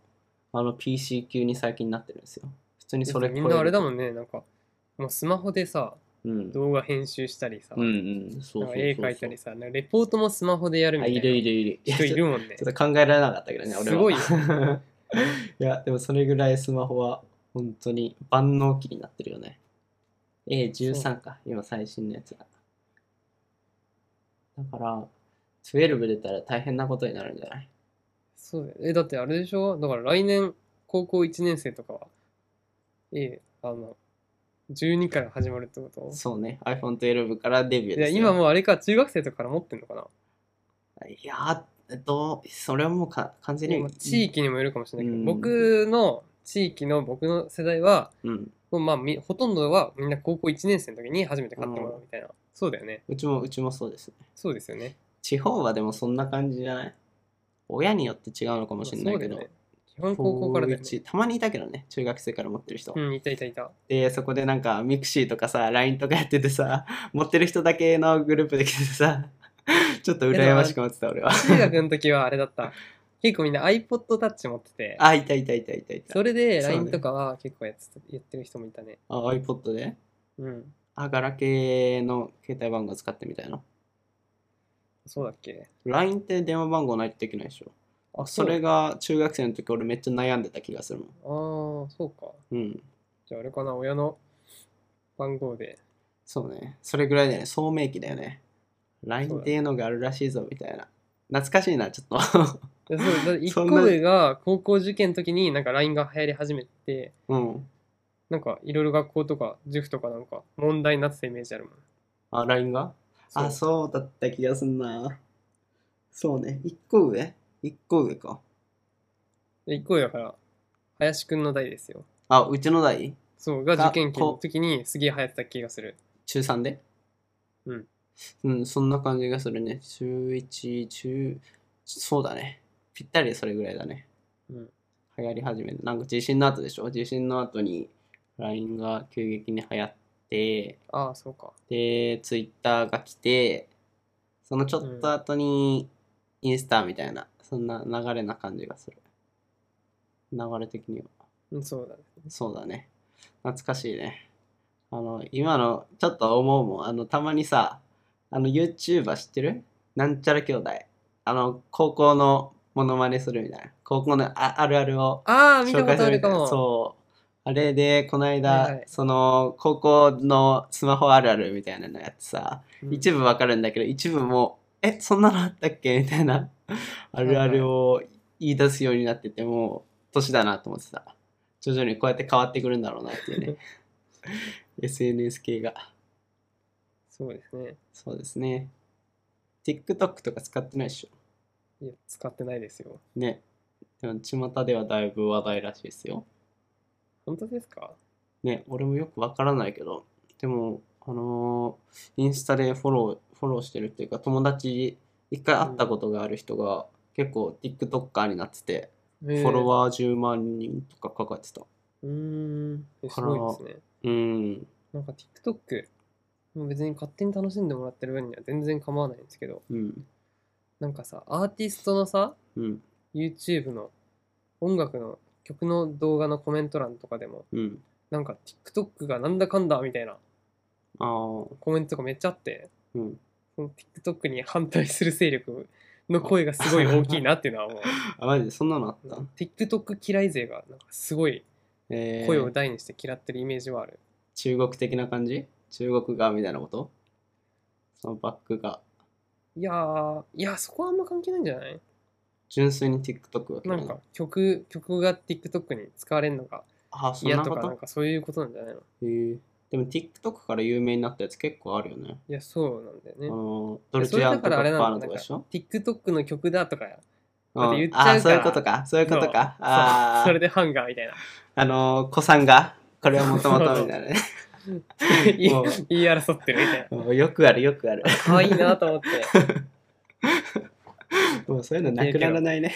Speaker 1: あの PC 級に最近なってるんですよ。普通にそれ
Speaker 2: みんなあれだも
Speaker 1: ん。
Speaker 2: んね、なんか、もうスマホでさ、
Speaker 1: うん。
Speaker 2: 動画編集したりさ、
Speaker 1: うんうん。そうそうそう
Speaker 2: なん
Speaker 1: そ
Speaker 2: か
Speaker 1: う。
Speaker 2: 絵描いたりさ、なんかレポートもスマホでやるみ
Speaker 1: あ、
Speaker 2: たい
Speaker 1: い
Speaker 2: な
Speaker 1: るいるいる。
Speaker 2: 人いるもんね
Speaker 1: ち。ょっと考えられなかったけどね、俺は。
Speaker 2: すごい
Speaker 1: いや、でもそれぐらいスマホは本当に万能機になってるよね。A13 か、今最新のやつが。だから、12出たら大変なことになるんじゃない
Speaker 2: そうだよね。え、だってあれでしょだから来年、高校1年生とかは、え、あの、12から始まるってこと
Speaker 1: そうね、iPhone12 からデビュー
Speaker 2: い
Speaker 1: で
Speaker 2: や、
Speaker 1: すよ。
Speaker 2: 今もうあれか、中学生とかから持ってんのかない
Speaker 1: やー、どう、それはもうか完全に
Speaker 2: まあ。地域にもよるかもしれないけ
Speaker 1: うん
Speaker 2: ど、僕の地域の僕の世代は、
Speaker 1: うん。
Speaker 2: もうまあみ、ほとんどはみんな高校1年生の時に初めて買ってもらうみたいな。そうだよね。
Speaker 1: うちも、うちもそうですね。
Speaker 2: そうですよね。
Speaker 1: 地方はでもそんな感じじゃない親によって違うのかもしれないけど。
Speaker 2: まあそうだよね基本高校からだよね。
Speaker 1: 高一たまにいたけどね中学生から持ってる人、
Speaker 2: うん、いたいたいた。
Speaker 1: でそこでなんかミクシーとかさ LINE とかやっててさ 持ってる人だけのグループで来てさ ちょっと羨ましく思ってた俺は
Speaker 2: 中学の時はあれだった。結構みんな iPod Touch 持ってて、
Speaker 1: あいたいたいたいたいた
Speaker 2: それで
Speaker 1: そうね
Speaker 2: LINE とかは結構やつやってる人もいたね。
Speaker 1: あ iPod で
Speaker 2: うん。
Speaker 1: あガラケーの携帯番号使ってみたいな
Speaker 2: そうだっけ
Speaker 1: LINE って電話番号ないとできないでしょ
Speaker 2: あ
Speaker 1: それ。が中学生の時俺めっちゃ悩んでた気がするもん
Speaker 2: そうああ、そうか。
Speaker 1: うん
Speaker 2: じゃああれかな、親の番号で。
Speaker 1: そうねそれぐらいだよね聡明期だよね LINE っていうのがあるらしいぞみたいな懐かしいなちょっと
Speaker 2: いやそうだって
Speaker 1: そん
Speaker 2: 1
Speaker 1: な
Speaker 2: 個上が高校受験の時になんか LINE が流行り始めて、
Speaker 1: うん
Speaker 2: なんかいろいろ学校とか塾とかなんか問題になってたイメージあるもん。
Speaker 1: あ LINE があ、
Speaker 2: そ
Speaker 1: そ
Speaker 2: う
Speaker 1: うだった気がすんな。そうね。一個上一個上か。
Speaker 2: で1個上だから、林くんの代ですよ。
Speaker 1: あ、うちの代
Speaker 2: そう、が
Speaker 1: が
Speaker 2: 受験期の時にすげえ流行ってた気がする。
Speaker 1: 中3で
Speaker 2: うん。
Speaker 1: うん、そんな感じがするね。中1、中、そうだね。ぴったりそれぐらいだね。
Speaker 2: うん。
Speaker 1: 流行り始める。なんか地震の後でしょ地震の後に LINE が急激に流行って、
Speaker 2: ああ、そうか。
Speaker 1: で、Twitter が来て、そのちょっと後に、インスタみたいな、そんな流れな感じがする。流れ的には。
Speaker 2: うん、そうだね。
Speaker 1: そうだね。懐かしいね。あの、今の、ちょっと思うもん。あの、たまにさ、あの、YouTuber 知ってるなんちゃら兄弟。あの、高校のモノマネするみたいな。高校のああるあるを
Speaker 2: ああ、見た
Speaker 1: 紹介
Speaker 2: こと
Speaker 1: す
Speaker 2: あ
Speaker 1: る
Speaker 2: る
Speaker 1: みたい
Speaker 2: か
Speaker 1: な。
Speaker 2: も。
Speaker 1: そう。あれで、この間、
Speaker 2: はいはい
Speaker 1: その、高校のスマホあるあるみたいなのやってさ、
Speaker 2: うん
Speaker 1: 一部わかるんだけど、一部も、え、そんなのあったっけみ たいな、あるあるを言い出すようになってて、もう、年だなと思ってた。徐々にこうやって変わってくるんだろうなって いうね。SNS 系が。
Speaker 2: そうですね。
Speaker 1: そうですね。TikTok とか使ってないでしょ。
Speaker 2: いや、使ってないですよ。
Speaker 1: ね。でも、巷ではだいぶ話題らしいですよ。
Speaker 2: 本当ですか
Speaker 1: ね、俺もよくわからないけど、でも、あのーインスタでフォロー、フォローしてるっていうか、友達、一回会ったことがある人が、結構 TikToker になってて、
Speaker 2: フ
Speaker 1: フォロ
Speaker 2: ー。
Speaker 1: ワー10万人とかかかってた。
Speaker 2: うーん。えすごいですね。
Speaker 1: うん。
Speaker 2: なんか TikTok、もう別に勝手に楽しんでもらってる分には全然構わないんですけど、
Speaker 1: うん。
Speaker 2: なんかさ、アーティストのさ、
Speaker 1: うん。
Speaker 2: YouTube の音楽の曲の動画のコメント欄とかでも、
Speaker 1: うん。
Speaker 2: なんか TikTok がなんだかんだみたいな
Speaker 1: ああ。
Speaker 2: コメントがめっちゃあって、
Speaker 1: うん。
Speaker 2: その TikTok に反対する勢力の声がすごい大きいなっていうのはもう、
Speaker 1: あ、マジでそんなのあった
Speaker 2: TikTok 嫌い勢がなんかすごい
Speaker 1: えー
Speaker 2: 声を大にして嫌ってるイメージはある。
Speaker 1: 中国的な感じ中国がみたいなことそのバックが。
Speaker 2: いやー、いや、そこはあんま関係ないんじゃない
Speaker 1: 純粋に TikTok が嫌
Speaker 2: ないんか曲、曲が TikTok に使われるのが
Speaker 1: あ、そん
Speaker 2: 嫌
Speaker 1: な
Speaker 2: と
Speaker 1: こ
Speaker 2: かなん
Speaker 1: と
Speaker 2: かそういうことなんじゃないの
Speaker 1: へえでも TikTok から有名になったやつ結構あるよね。
Speaker 2: いや、そうなんだよ
Speaker 1: あ
Speaker 2: ね。
Speaker 1: のドル
Speaker 2: そ
Speaker 1: チ
Speaker 2: れ
Speaker 1: ェア
Speaker 2: だ
Speaker 1: ンと
Speaker 2: から
Speaker 1: か
Speaker 2: あれな
Speaker 1: パー
Speaker 2: の
Speaker 1: ノと
Speaker 2: なん
Speaker 1: か
Speaker 2: か
Speaker 1: でしょ
Speaker 2: TikTok の曲だとかや。
Speaker 1: う
Speaker 2: だって言っ
Speaker 1: ん
Speaker 2: ちゃうか
Speaker 1: あ
Speaker 2: ら
Speaker 1: ーそういうことか、そういうことか。
Speaker 2: そう
Speaker 1: あ
Speaker 2: そ
Speaker 1: あ
Speaker 2: れ、でハンガーみた いな。
Speaker 1: あのー、子さんが、これはもともとみたいなね。
Speaker 2: 言い
Speaker 1: もう
Speaker 2: 言い争ってるみたいな。
Speaker 1: もうよくある、よくある。
Speaker 2: 可愛いなと 思って。
Speaker 1: もうそういうのなくならないね。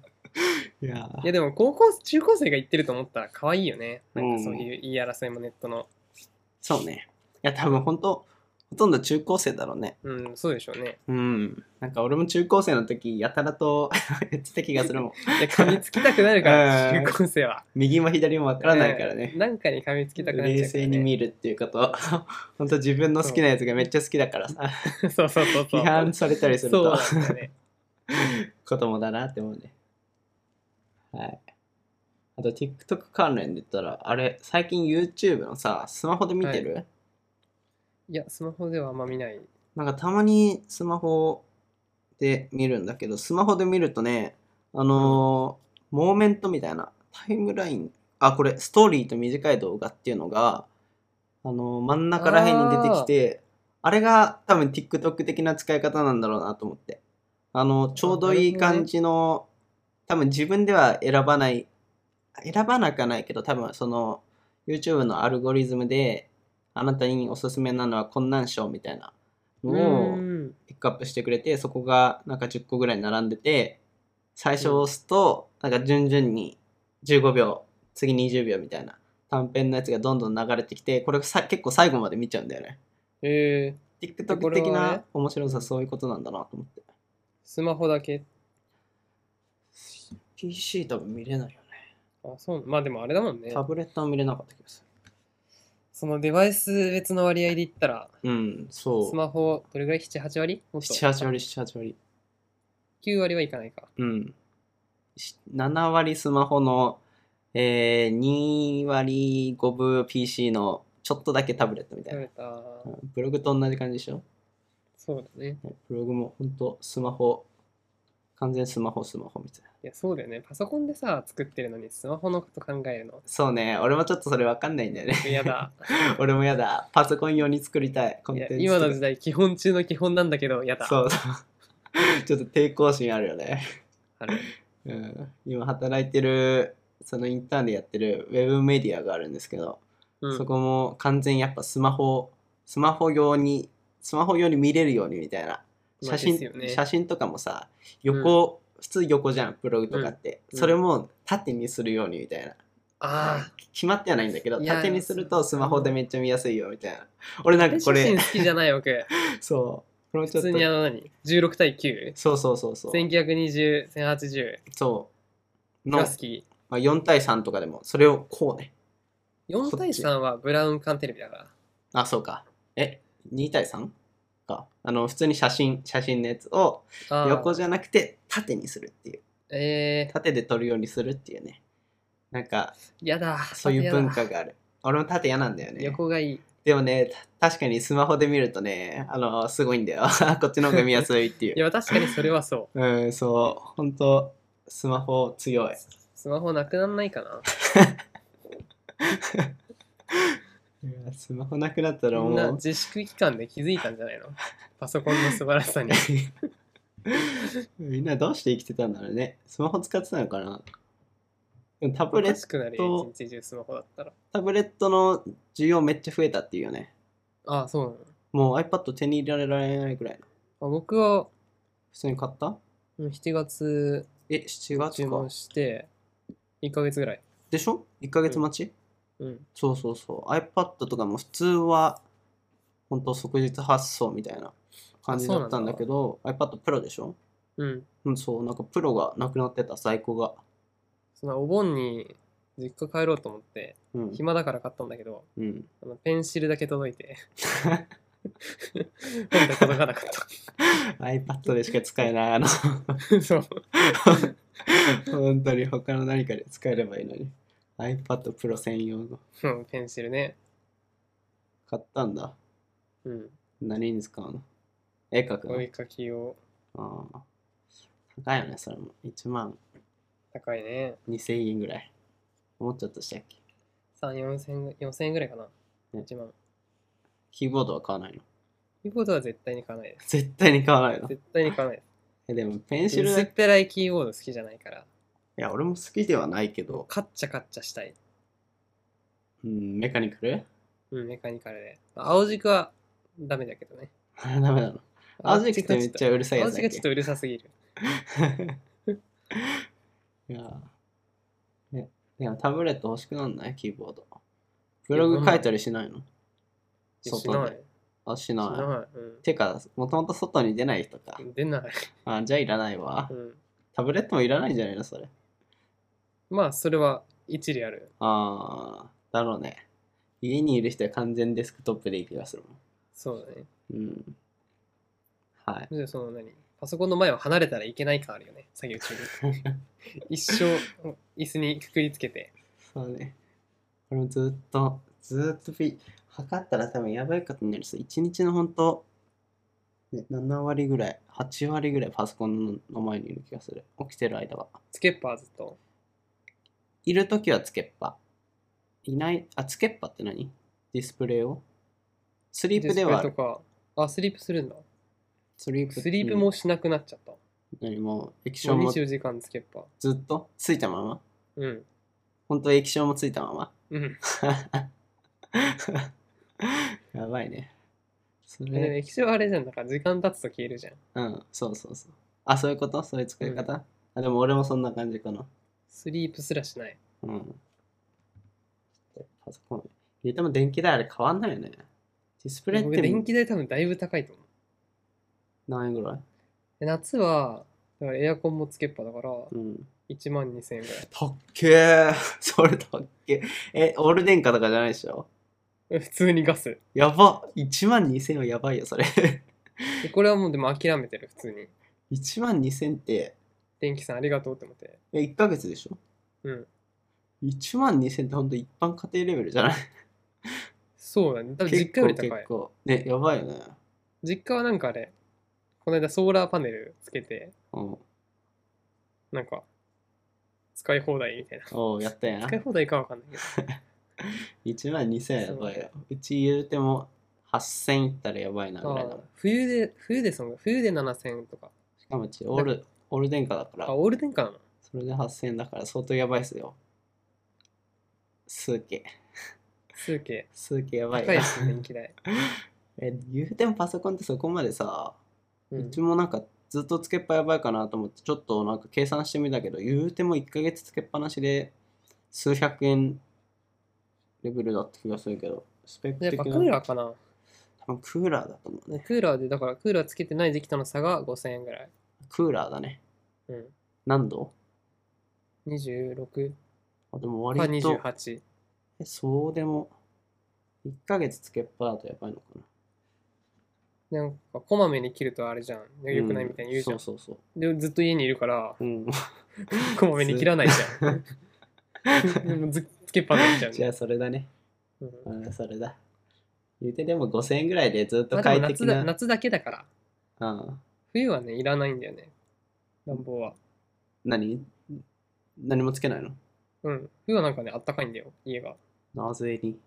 Speaker 1: いやー
Speaker 2: いや、でも高校、中高生が言ってると思ったら可愛いよね。なんかそういう言い争いもネットの。
Speaker 1: そうね。いや、多分本当ほとんど中高生だろうね。
Speaker 2: うん、そうでしょうね。
Speaker 1: うん。なんか俺も中高生の時、やたらと 言ってた気がするもん。
Speaker 2: いや、噛みつきたくなる から、
Speaker 1: うん
Speaker 2: 中高生は。
Speaker 1: 右も左もわからないからね
Speaker 2: うん。なんかに噛みつきたくなっちゃう、ね。
Speaker 1: 冷静に見るっていうこと。本当自分の好きなやつがめっちゃ好きだからさ。
Speaker 2: る。 そうそうそうそう。
Speaker 1: 批判されたりする
Speaker 2: そう
Speaker 1: と、
Speaker 2: なんだよね。
Speaker 1: 子供だなって思うね。はい。あと TikTok 関連で言ったら、あれ、最近 YouTube のさ、スマホで見てる、
Speaker 2: いや、スマホではあんま見ない。
Speaker 1: なんかたまにスマホで見るんだけど、スマホで見るとね、あのーモーメントみたいな、タイムライン、あ、これ、ストーリーと短い動画っていうのが、あのー真ん中ら辺に出てきて、あれが多分 TikTok 的な使い方なんだろうなと思って。あの、ちょうどいい感じの、多分自分では選ばない、選ばなくはないけど、多分その、YouTube のアルゴリズムで、あなたにおすすめなのはこんなんしようみたいなのを
Speaker 2: ん。
Speaker 1: ピックアップしてくれてそこがなんか10個ぐらい並んでて最初押すとなんか順々に15秒次20秒みたいな短編のやつがどんどん流れてきてこれさ結構最後まで見ちゃうんだよね
Speaker 2: えー、こ
Speaker 1: TikTok
Speaker 2: れ
Speaker 1: 的
Speaker 2: はね
Speaker 1: な面白さそういうことなんだなと思って
Speaker 2: スマホだけ
Speaker 1: PC 多分見れないよ
Speaker 2: あ、そう。まあでもあれだもんね
Speaker 1: ね。タブレットは見れなかった気がす
Speaker 2: そのデバイス別の割合で言ったら、
Speaker 1: るうんそ
Speaker 2: ス
Speaker 1: う
Speaker 2: マホどれぐらい ?7、8割もっと
Speaker 1: 78割78割
Speaker 2: ?9 割はいかないか。
Speaker 1: うんし7割スマホの、えー、2割5分 PC のちょっとだけタブレットみたい
Speaker 2: 取
Speaker 1: な
Speaker 2: れた。
Speaker 1: ブログと同じ感じでしょ
Speaker 2: そうだね。
Speaker 1: ブログもほんとスマホ、完全スマホスマホみたいな。
Speaker 2: いや、そうだよね。パソコンでさ、作ってるのにスマホのこと考えるの。
Speaker 1: そうね、俺もちょっとそれわかんないんだよね。
Speaker 2: やだ。
Speaker 1: 俺もやだ。パソコン用に作りたい。コン
Speaker 2: い
Speaker 1: テン
Speaker 2: や
Speaker 1: ツ
Speaker 2: 今
Speaker 1: 作
Speaker 2: の
Speaker 1: る
Speaker 2: 時代、基本中の基本なんだけど、やだ。
Speaker 1: そう そう。ちょっと抵抗心あるよね。
Speaker 2: あれ
Speaker 1: うん、今働いてる、そのインターンでやってるウェブメディアがあるんですけど、
Speaker 2: うん
Speaker 1: そこも完全やっぱスマホ、スマホ用に、スマホ用に見れるようにみたいな。
Speaker 2: まあ
Speaker 1: 写真、
Speaker 2: ですよね
Speaker 1: 写真とかもさ、横、普通横じゃん、ブログとかって。
Speaker 2: うん
Speaker 1: それも縦にするようにみたいな。
Speaker 2: あ
Speaker 1: 決まってはないんだけど、
Speaker 2: いや
Speaker 1: 縦にするとスマホでめっちゃ見やすいよみたいな。俺な
Speaker 2: あ。
Speaker 1: んか
Speaker 2: 写
Speaker 1: これ
Speaker 2: 真、好きじゃない、僕。
Speaker 1: そこれもちょ
Speaker 2: 普
Speaker 1: っと
Speaker 2: 通にあの何 ?16 対 9?1920、
Speaker 1: そうそうそうそう
Speaker 2: 1080、
Speaker 1: そう
Speaker 2: グ
Speaker 1: の
Speaker 2: ラ、スキ
Speaker 1: まあ、4対3とかでもそれをこうね
Speaker 2: ー。4対3はブラウン管テレビだから。
Speaker 1: あそうかえ2対 3? かあの普通に写真写真のやつを
Speaker 2: あー
Speaker 1: 横じゃなくて縦にするっていう
Speaker 2: え
Speaker 1: 縦で撮るようにするっていうねなんか
Speaker 2: ー、やだ。
Speaker 1: そういう文化
Speaker 2: やだ
Speaker 1: がある俺も縦嫌なんだよね
Speaker 2: 横がいい。
Speaker 1: でもねた確かにスマホで見るとねあのすごいんだよ こっちの方が見やすいってい
Speaker 2: いうや、確かにそれはそう。
Speaker 1: うんそう本当スマホ強い
Speaker 2: スマホなくなんないかな。
Speaker 1: いやスマホなくなったら
Speaker 2: み
Speaker 1: も
Speaker 2: んな
Speaker 1: う
Speaker 2: 自粛期間で気づいたんじゃないのパソコンの素晴らしさに。
Speaker 1: みんなどうして生きてたんだろうね。スマホ使ってたのかなでもタブ
Speaker 2: お
Speaker 1: レ
Speaker 2: か
Speaker 1: ッ
Speaker 2: しくなるよ、一日中スマホだったら。
Speaker 1: タブレットの需要めっちゃ増えたっていうよね。
Speaker 2: ああ、そうなの。
Speaker 1: もう iPad 手に入れられないぐらいの。
Speaker 2: あ僕は
Speaker 1: 普通に買った
Speaker 2: うん7月
Speaker 1: え、7
Speaker 2: 注
Speaker 1: 月か
Speaker 2: 文。して、1ヶ月ぐらい。
Speaker 1: でしょ ?1 ヶ月待ち、
Speaker 2: うん。
Speaker 1: そうそうそう。iPad とかも普通は、ほんと即日発送みたいな感じだったんだけど、iPad Pro でしょ
Speaker 2: うん。
Speaker 1: うん、そう、なんかプロがなくなってた、在庫が。
Speaker 2: そのお盆に実家帰ろうと思って、
Speaker 1: うん。
Speaker 2: 暇だから買ったんだけど、
Speaker 1: うん、
Speaker 2: あのペンシルだけ届 いて、本体届かなかっ
Speaker 1: iPad でしか使えない。あ の
Speaker 2: た。そう。
Speaker 1: 本当に他の何かで使えればいいのに iPad Pro 専用の
Speaker 2: うん、ペンシルね。
Speaker 1: 買ったんだ
Speaker 2: うん。
Speaker 1: 何に使うの絵描く
Speaker 2: お
Speaker 1: の
Speaker 2: 絵かきを
Speaker 1: ああ高いよねそれも1万
Speaker 2: 高いね。
Speaker 1: 2000円ぐらいもうちょっとしたっけ
Speaker 2: 3、4千ぐ、4000円ぐらいかな。
Speaker 1: うん
Speaker 2: 1万。
Speaker 1: キーボードは買わないの
Speaker 2: いうことは絶対に買わないです。
Speaker 1: 絶対に買わないの
Speaker 2: 絶対に買わないです。
Speaker 1: えでもペンシルだ
Speaker 2: 薄っ
Speaker 1: い
Speaker 2: ぺらいキーボード好きじゃないから、
Speaker 1: や俺も好きではないけど
Speaker 2: カッチャカッチャしたい。
Speaker 1: うんメカニカル
Speaker 2: うん、メカニカルで。まあ青軸はダメだけどね。
Speaker 1: ダメなのアジってめっちゃうるさいや
Speaker 2: 青
Speaker 1: つだ
Speaker 2: 軸
Speaker 1: っ
Speaker 2: ちょ
Speaker 1: け
Speaker 2: っとうるさすぎる。
Speaker 1: いやーねでもタブレット欲しくなんないキーボード。ブログ書いたりしないの
Speaker 2: いやしない。
Speaker 1: で。
Speaker 2: し
Speaker 1: あ、しない。
Speaker 2: ない。
Speaker 1: てか、もともと外に出ない人か
Speaker 2: う。ん。出ない。
Speaker 1: あ、じゃあいらないわ
Speaker 2: う。ん。
Speaker 1: タブレットもいらないんじゃないのそれ。
Speaker 2: まあ、それは一理ある。
Speaker 1: あー、だろうね。家にいる人は完全デスクトップでいい気がする
Speaker 2: そうだね。
Speaker 1: もん。うん。はい。
Speaker 2: むしろその何パソコンの前を離れたらいけない感あるよね。作 業中に。一生、椅子にくくりつけて。
Speaker 1: そうね。俺もずっと、ずっとピ、測ったら多分やばいことになりそう。一日のほんと、ね、7割ぐらい、8割ぐらいパソコンの前にいる気がする。起きてる間は。
Speaker 2: つけっぱずっと。
Speaker 1: いるときはつけっぱ。いない、あ、つけっぱって何ディスプレイをスリープではあ
Speaker 2: ディスプレイ
Speaker 1: る。
Speaker 2: とか。あ、スリープするんだ。
Speaker 1: スリープ
Speaker 2: スリープもしなくなっちゃった。も
Speaker 1: うん何もう液晶
Speaker 2: う
Speaker 1: も
Speaker 2: 24時間つけっぱ。
Speaker 1: ずっとついたまま
Speaker 2: うん。
Speaker 1: 本当液晶もついたま ま
Speaker 2: うん。
Speaker 1: やばいね。そ
Speaker 2: でも
Speaker 1: れ、
Speaker 2: 液晶あれじゃん。だから時間経つと消えるじゃん。
Speaker 1: うん、そうそうそう。あ、そういうことそういう作り方、あ、でも俺もそんな感じかな。
Speaker 2: スリープすらしない。
Speaker 1: うん。パソコン。入れても電気代あれ変わんないよね。ディスプレイっ
Speaker 2: 僕
Speaker 1: て
Speaker 2: 電気代多分だいぶ高いと思う。
Speaker 1: 何円ぐらい
Speaker 2: で夏は、だからエアコンもつけっぱだから、
Speaker 1: うん。
Speaker 2: 1万2000円ぐらい
Speaker 1: たっけー。 それたっけえ、オール電化とかじゃないでしょ。
Speaker 2: え普通にガス。
Speaker 1: やば !1 万2000はやばいよ、それ。
Speaker 2: でこれはもうでも諦めてる、普通に。
Speaker 1: 1万2000って、
Speaker 2: 電気さんありがとうって思って。
Speaker 1: え、1ヶ月でしょ
Speaker 2: うん。
Speaker 1: ?1 万2000ってほんと一般家庭レベルじゃない
Speaker 2: そうだね。多分実家より高い
Speaker 1: 結。構。ね、やばいよね。
Speaker 2: 実家はなんかあれ、この間ソーラーパネルつけて、
Speaker 1: うん。
Speaker 2: なんか、使い放題みたいな。
Speaker 1: おうやったやん
Speaker 2: 使い。放題かわかんないけど。
Speaker 1: 1万2000はやばいよ。うち言うても8000いったらやばいなぐらいだ
Speaker 2: あ
Speaker 1: もん
Speaker 2: ー冬で、冬でその、冬で7000円とか。
Speaker 1: しかもうちオール、オール電化だから
Speaker 2: あ、、オール電化なの
Speaker 1: それで8000だから相当やばいっすよ。数系。
Speaker 2: 数形。
Speaker 1: 数系やばいよ
Speaker 2: 高いし、 電気代。
Speaker 1: え言うてもパソコンってそこまでさ、
Speaker 2: う
Speaker 1: うんちもなんかずっとつけっぱやばいかなと思ってちょっとなんか計算してみたけど言うても1ヶ月つけっぱなしで数百円レベルだった気がするけどスペック
Speaker 2: やっ
Speaker 1: 的
Speaker 2: ぱク
Speaker 1: な
Speaker 2: ーラーかな。
Speaker 1: 多分クーラーだと思うね。
Speaker 2: クーラーで、だからクーラーつけてない時期との差が5000円ぐらい。
Speaker 1: クーラーだね。
Speaker 2: うん。
Speaker 1: 何度
Speaker 2: 26
Speaker 1: あでも
Speaker 2: か
Speaker 1: 割と、
Speaker 2: 28。
Speaker 1: えそうでも、1ヶ月つけっぱだとやばいのかな。
Speaker 2: なんか、こまめに切るとあれじゃん。よくないみたいに言うじゃん。
Speaker 1: そうそうそ
Speaker 2: で、ずっと家にいる から、
Speaker 1: う。うん。
Speaker 2: こまめに切らないじゃん。でもずつけっぱなしじゃん。
Speaker 1: じゃあそれだね。
Speaker 2: うん
Speaker 1: うん、それだ。言うてでも5000円ぐらいでずっ
Speaker 2: ま
Speaker 1: と
Speaker 2: あでも
Speaker 1: 快適
Speaker 2: 夏だ
Speaker 1: な。
Speaker 2: 夏だけだから。
Speaker 1: うん。
Speaker 2: 冬はね、いらないんだよね。暖房は。
Speaker 1: 何何もつけないの
Speaker 2: うん。冬はなんかね、あったかいんだよ、家が。
Speaker 1: なぜに。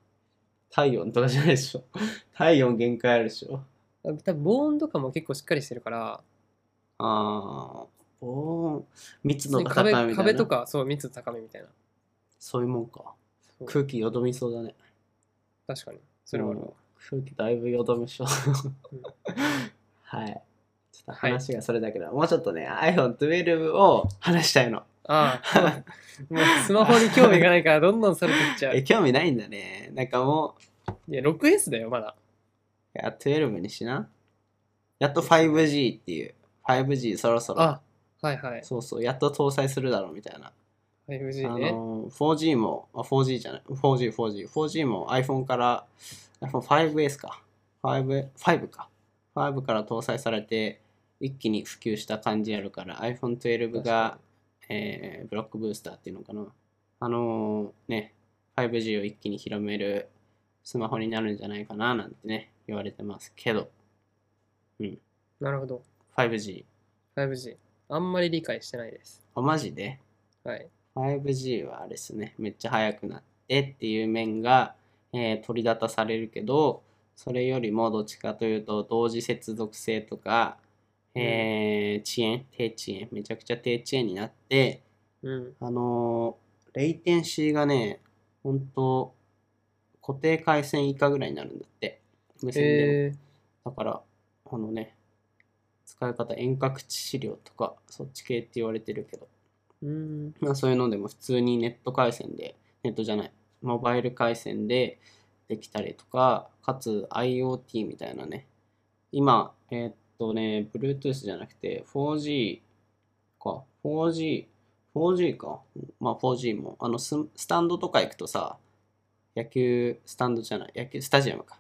Speaker 1: 体温とかじゃないでしょ。 体温限界あるでしょ。
Speaker 2: 多分防音とかも結構しっかりしてるから、
Speaker 1: ああ、おお、密度が高い
Speaker 2: 壁
Speaker 1: みたいな。
Speaker 2: 壁とか、そう、密度高めみたいな。
Speaker 1: そういうもんか。
Speaker 2: そう
Speaker 1: 空気よどみそうだね。
Speaker 2: 確かに。それはあるわ
Speaker 1: うん空気だいぶよどみそう。 はい。ちょっと話がそれだけど、もうちょっとね、iPhone12 を話したいの。
Speaker 2: ああ、そうだもうスマホに興味がないからどんどんそれていっちゃう。
Speaker 1: え、
Speaker 2: い
Speaker 1: 興味ないんだね。なんかも
Speaker 2: や、6S だよ、まだ。
Speaker 1: う、いや、12にしな。やっと 5G っていう。5G そろそろ。
Speaker 2: あ、はいはい。
Speaker 1: そうそう、やっと搭載するだろうみたいな。あ
Speaker 2: 5G ね。
Speaker 1: のー 4G も、あ 4G じゃない、4G、4G、4G も iPhone から、iPhone5S か、5, 5か、5から搭載されて、一気に普及した感じやるから、iPhone12 が、えーブロックブースターっていうのかな、あのーね、5G を一気に広めるスマホになるんじゃないかななんてね、言われてますけど、
Speaker 2: なるほど。
Speaker 1: 5G、
Speaker 2: 5G。あんまり理解してないです。
Speaker 1: あ、マジで
Speaker 2: はい。
Speaker 1: 5G はあれですね、めっちゃ速くなってっていう面が、えー取り立たされるけど、それよりもどっちかというと、同時接続性とか、えー遅延、低遅延、めちゃくちゃ低遅延になって、
Speaker 2: うん。
Speaker 1: あのーレイテンシーがね、ほんと、固定回線以下ぐらいになるんだって、無線でも。
Speaker 2: え
Speaker 1: だから、あのね、使い方遠隔治療とか、そっち系って言われてるけど、
Speaker 2: ー、うん。
Speaker 1: まあ、そういうのでも普通にネット回線でネットじゃないモバイル回線でできたりとかかつ IoT みたいなね今えーっとね Bluetooth じゃなくて 4G か 4G4G かまあ 4G もあのススタンドとか行くとさ野球スタンドじゃない野球スタジアムか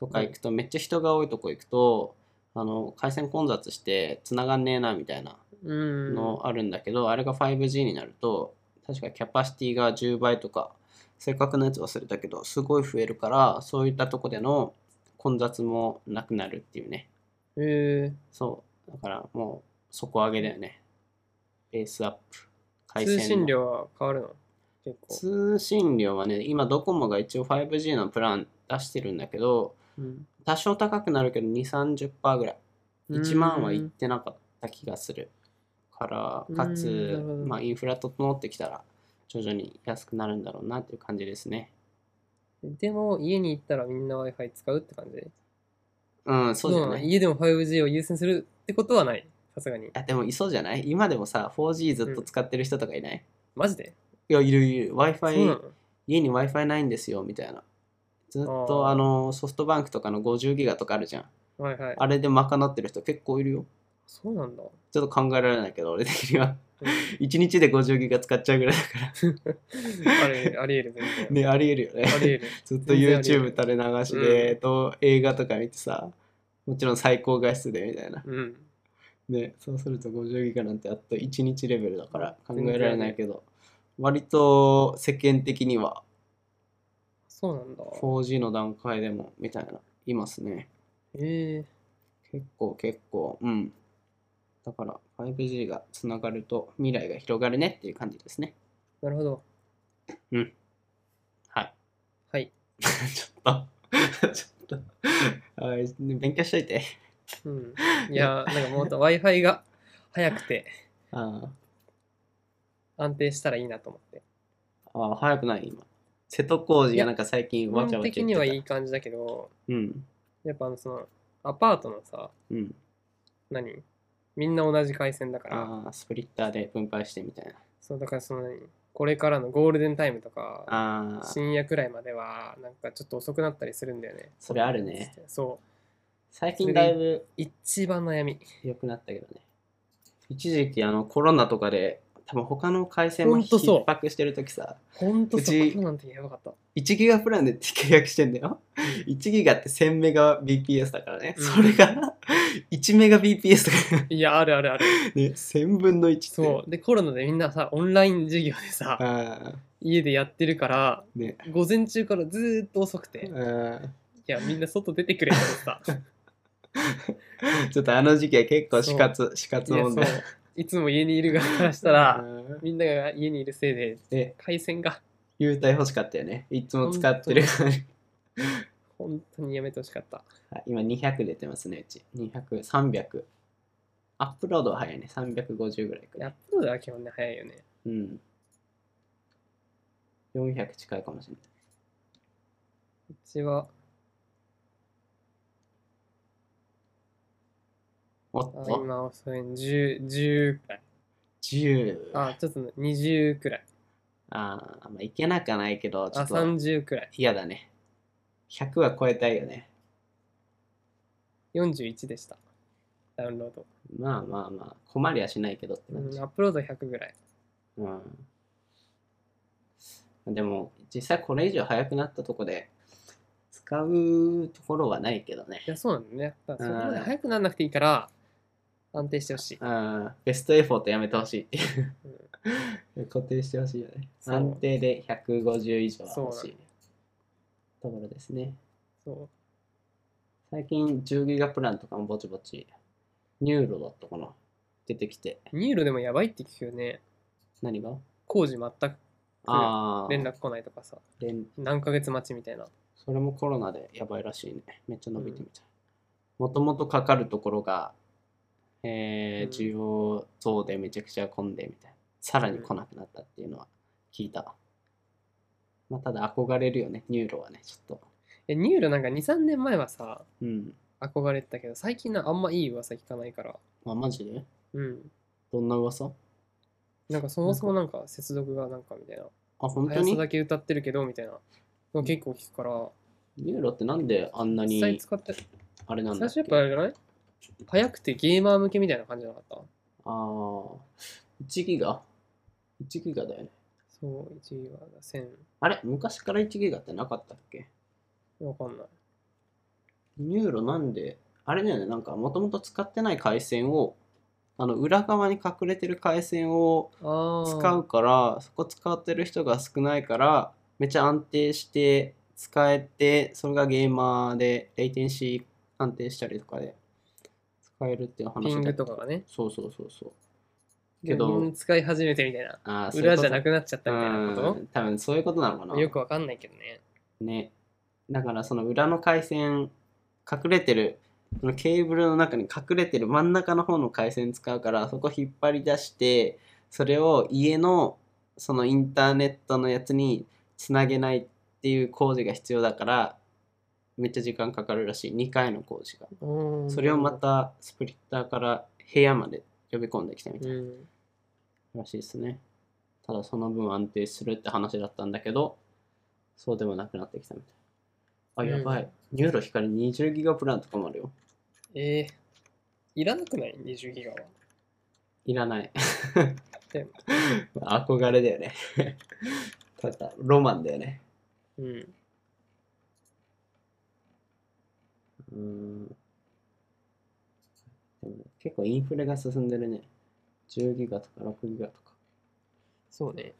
Speaker 1: とか行くとめっちゃ人が多いとこ行くとあの回線混雑して繋がんねえなみたいな
Speaker 2: うん。
Speaker 1: のあるんだけど、あれが 5G になると確かキャパシティが10倍とか正確なやつ忘れたけどすごい増えるからそういったとこでの混雑もなくなるっていうね
Speaker 2: え
Speaker 1: そうだからもう底上げだよねベースアップ
Speaker 2: ー、
Speaker 1: 回線
Speaker 2: 通
Speaker 1: の
Speaker 2: 信量は変わるの結構。
Speaker 1: 通信量はね今ドコモが一応 5G のプラン出してるんだけど
Speaker 2: うん、
Speaker 1: 多少高くなるけど2 3 0ぐらい1万はいってなかった気がするからか
Speaker 2: うーんな
Speaker 1: つ
Speaker 2: るほど、
Speaker 1: まあ、インフラ整ってきたら徐々に安くなるんだろうなっていう感じですね
Speaker 2: でも、家に行ったらみんな Wi-Fi 使うって感じ
Speaker 1: うんそうじゃない
Speaker 2: ど
Speaker 1: い
Speaker 2: 家でも 5G を優先するってことはない。さすがに。
Speaker 1: やでもいそうじゃない今でもさ 4G ずっと使ってる人とかいない、い
Speaker 2: マジで
Speaker 1: やいるいる
Speaker 2: そうな
Speaker 1: Wi-Fi
Speaker 2: の
Speaker 1: 家に Wi-Fi ないんですよみたいなずっと
Speaker 2: あー
Speaker 1: あのソフトバンクとかの50ギガとかあるじゃん
Speaker 2: はいはい。
Speaker 1: あれで賄ってる人結構いるよ
Speaker 2: そうなん だ。
Speaker 1: ちょっと考えられないけど俺的には
Speaker 2: うん
Speaker 1: 1日で50ギガ使っちゃうぐらいだか
Speaker 2: あれ、ありえる、全然。
Speaker 1: らねありえるよね
Speaker 2: ありえる。
Speaker 1: ずっと
Speaker 2: 全然あ
Speaker 1: YouTube
Speaker 2: りえる
Speaker 1: 垂れ流し
Speaker 2: うん
Speaker 1: で、と映画とか見てさもちろん最高画質でみたいな
Speaker 2: うん。
Speaker 1: でそうすると50ギガなんてあと1日レベルだから考えられないけど割と世間的には
Speaker 2: そうなんだ。
Speaker 1: 4G の段階でもみたいないますね
Speaker 2: ええ
Speaker 1: 結構結構うんだから 5G がつながると未来が広がるねっていう感じですね
Speaker 2: なるほど。
Speaker 1: はい
Speaker 2: はい。
Speaker 1: ちょっと ちょっとはい勉強しといて
Speaker 2: うん。いやー、なんかもっと Wi-Fi が早くて
Speaker 1: あー
Speaker 2: 安定したらいいなと思って。
Speaker 1: ああ、早くない今。瀬戸康史がなんか最近
Speaker 2: 基
Speaker 1: わちゃ
Speaker 2: 本
Speaker 1: わち
Speaker 2: 的
Speaker 1: ゃ
Speaker 2: に
Speaker 1: 言っ
Speaker 2: は
Speaker 1: てた。
Speaker 2: いい感じだけど、
Speaker 1: うん。
Speaker 2: やっぱあのその、アパートのさ、
Speaker 1: うん。
Speaker 2: 何みんな同じ回線だから、
Speaker 1: ああ、スプリッターで分配してみたいな。
Speaker 2: そう、だからその何これからのゴールデンタイムとか、
Speaker 1: ああ、
Speaker 2: 深夜くらいまでは、なんかちょっと遅くなったりするんだよね。
Speaker 1: それあるね。
Speaker 2: そう。
Speaker 1: 最近だいぶ
Speaker 2: 一番悩み。
Speaker 1: 良くなったけどね。一時期あのコロナとかで、多分他の回線も
Speaker 2: ほんとそう
Speaker 1: 逼迫してる時さ、
Speaker 2: ほんと
Speaker 1: う
Speaker 2: そ
Speaker 1: ち
Speaker 2: こなんてやばかった。
Speaker 1: 1ギガプランで契約してんだよ。1ギガって1000メガ BPS だからね。
Speaker 2: うん
Speaker 1: それが1メガ BPS とか、ね、
Speaker 2: いや、あるあるある。
Speaker 1: 1000分の1って。
Speaker 2: そう。で、コロナでみんなさ、オンライン授業でさ、
Speaker 1: あ
Speaker 2: 家でやってるから、
Speaker 1: ーね。
Speaker 2: 午前中からずーっと遅くて、い
Speaker 1: あ
Speaker 2: や、みんな外出てくれと思 った。
Speaker 1: ーちょっとあの時期は結構死活、死活
Speaker 2: いや、
Speaker 1: 問
Speaker 2: そう
Speaker 1: 題。。
Speaker 2: いつも家にいる側からした
Speaker 1: う
Speaker 2: ら、
Speaker 1: ん
Speaker 2: みんなが家にいるせいで、
Speaker 1: え、
Speaker 2: 回線が
Speaker 1: 優待欲しかったよね。いつも使ってるから。
Speaker 2: 本当にやめてほしかった。
Speaker 1: あ今200出てますね、うち。200、300。アップロードは早いね。350ぐらいく
Speaker 2: ア
Speaker 1: ら
Speaker 2: ッ
Speaker 1: い。
Speaker 2: プロードは基本ね、早いよね。
Speaker 1: うん。400近いかもしれな
Speaker 2: うちは、
Speaker 1: い。お
Speaker 2: あ
Speaker 1: っと、
Speaker 2: 今遅い10、10くらい。
Speaker 1: 10。
Speaker 2: あ、ちょっとね20くらい。
Speaker 1: あーまあ、いけなくはないけど、ち
Speaker 2: あ、
Speaker 1: ょっと
Speaker 2: 30くらい。
Speaker 1: 嫌だね。100は超えたいよね。
Speaker 2: 41でした。ダウンロード。
Speaker 1: まあまあまあ、困りはしないけどって
Speaker 2: う
Speaker 1: 感じ
Speaker 2: ん、アップロード100ぐらい。
Speaker 1: うん。でも、実際これ以上早くなったとこで、使うところはないけどね
Speaker 2: い。や、そうなんだよね。だからそこまで
Speaker 1: うん
Speaker 2: 早くならなくていいから、安定してほしい。
Speaker 1: うんベストエフォートやめてほしいっていう固定してほしいよね。
Speaker 2: そう
Speaker 1: 安定で150以上は欲
Speaker 2: そう
Speaker 1: しいところですね。
Speaker 2: そ
Speaker 1: 最近10ギガプランとかもぼちぼち、ニューロだったかな。出てきて、
Speaker 2: う。ニューロでもやばいって聞くよね。
Speaker 1: 何が
Speaker 2: 工事全く
Speaker 1: ああ、
Speaker 2: 連絡来ないとかさ、
Speaker 1: 連
Speaker 2: 何ヶ月待ちみたいな。
Speaker 1: それもコロナでやばいらしいね。めっちゃ伸びてみたい。もともとかかるところが、えー、
Speaker 2: うん
Speaker 1: 需要増でめちゃくちゃ混んでみたいな。さらに来なくなったっていうのは聞いたわ。まあ、ただ憧れるよね、ニューロはね、ちょっと。
Speaker 2: え、ニューロなんか2、3年前はさ、
Speaker 1: うん。
Speaker 2: 憧れてたけど、最近なあんまいい噂聞かないから。
Speaker 1: まあ、マジで
Speaker 2: うん。
Speaker 1: どんな噂
Speaker 2: なんかそもそもなんか接続がなんかみたいな。
Speaker 1: あ、本当
Speaker 2: 速さ
Speaker 1: に
Speaker 2: だけ歌ってるけどみたいなの結構聞くから、
Speaker 1: ニューロってなんであんな
Speaker 2: 実際
Speaker 1: に
Speaker 2: 使って、
Speaker 1: あれなん
Speaker 2: 最
Speaker 1: だっ
Speaker 2: 初
Speaker 1: け
Speaker 2: やっぱあれじゃない速くてゲーマー向けみたいな感じじゃなかった
Speaker 1: ああ、1ギガ ?1 ギガだよね。
Speaker 2: そう、1位は1000。
Speaker 1: あれ昔から1ギガってなかったっけ
Speaker 2: わかんない。
Speaker 1: ニューロなんで、あれだよね、なんかもともと使ってない回線を、あの裏側に隠れてる回線を
Speaker 2: ああ。
Speaker 1: 使うから、そこ使ってる人が少ないから、めちゃ安定して使えて、それがゲーマーで、レイテンシー安定したりとかで使えるっていう話
Speaker 2: ピン
Speaker 1: だっ
Speaker 2: グ
Speaker 1: た
Speaker 2: とかがね。
Speaker 1: そうそうそうそう。けど
Speaker 2: みんな使い始めてみたいな。
Speaker 1: あーそういう
Speaker 2: 裏
Speaker 1: こと
Speaker 2: じゃなくなっちゃったみたいなこ
Speaker 1: うん多分そういうことなのかな。
Speaker 2: とよくわかんないけどね。
Speaker 1: ね。だからその裏の回線、隠れてる、そのケーブルの中に隠れてる真ん中の方の回線使うから、そこ引っ張り出して、それを家のそのインターネットのやつにつなげないっていう工事が必要だから、めっちゃ時間かかるらしい。2回の工事が。
Speaker 2: うん
Speaker 1: それをま。たスプリッターから部屋まで呼び込んできたみた
Speaker 2: う
Speaker 1: い
Speaker 2: ん。
Speaker 1: らしいですね。ただその分安定するって話だったんだけど、そうでもなくなってきたみたい。あ、
Speaker 2: うん
Speaker 1: やばい。ニューロ光20ギガプランとかもあるよ。
Speaker 2: ええいらなくない ?20 ギガは。
Speaker 1: いらない。
Speaker 2: でも
Speaker 1: 憧れだよね。ただ、ロマンだよね。
Speaker 2: うん。
Speaker 1: うーん。でも結構インフレが進んでるね。10ギガとか6ギガとか。
Speaker 2: そうね。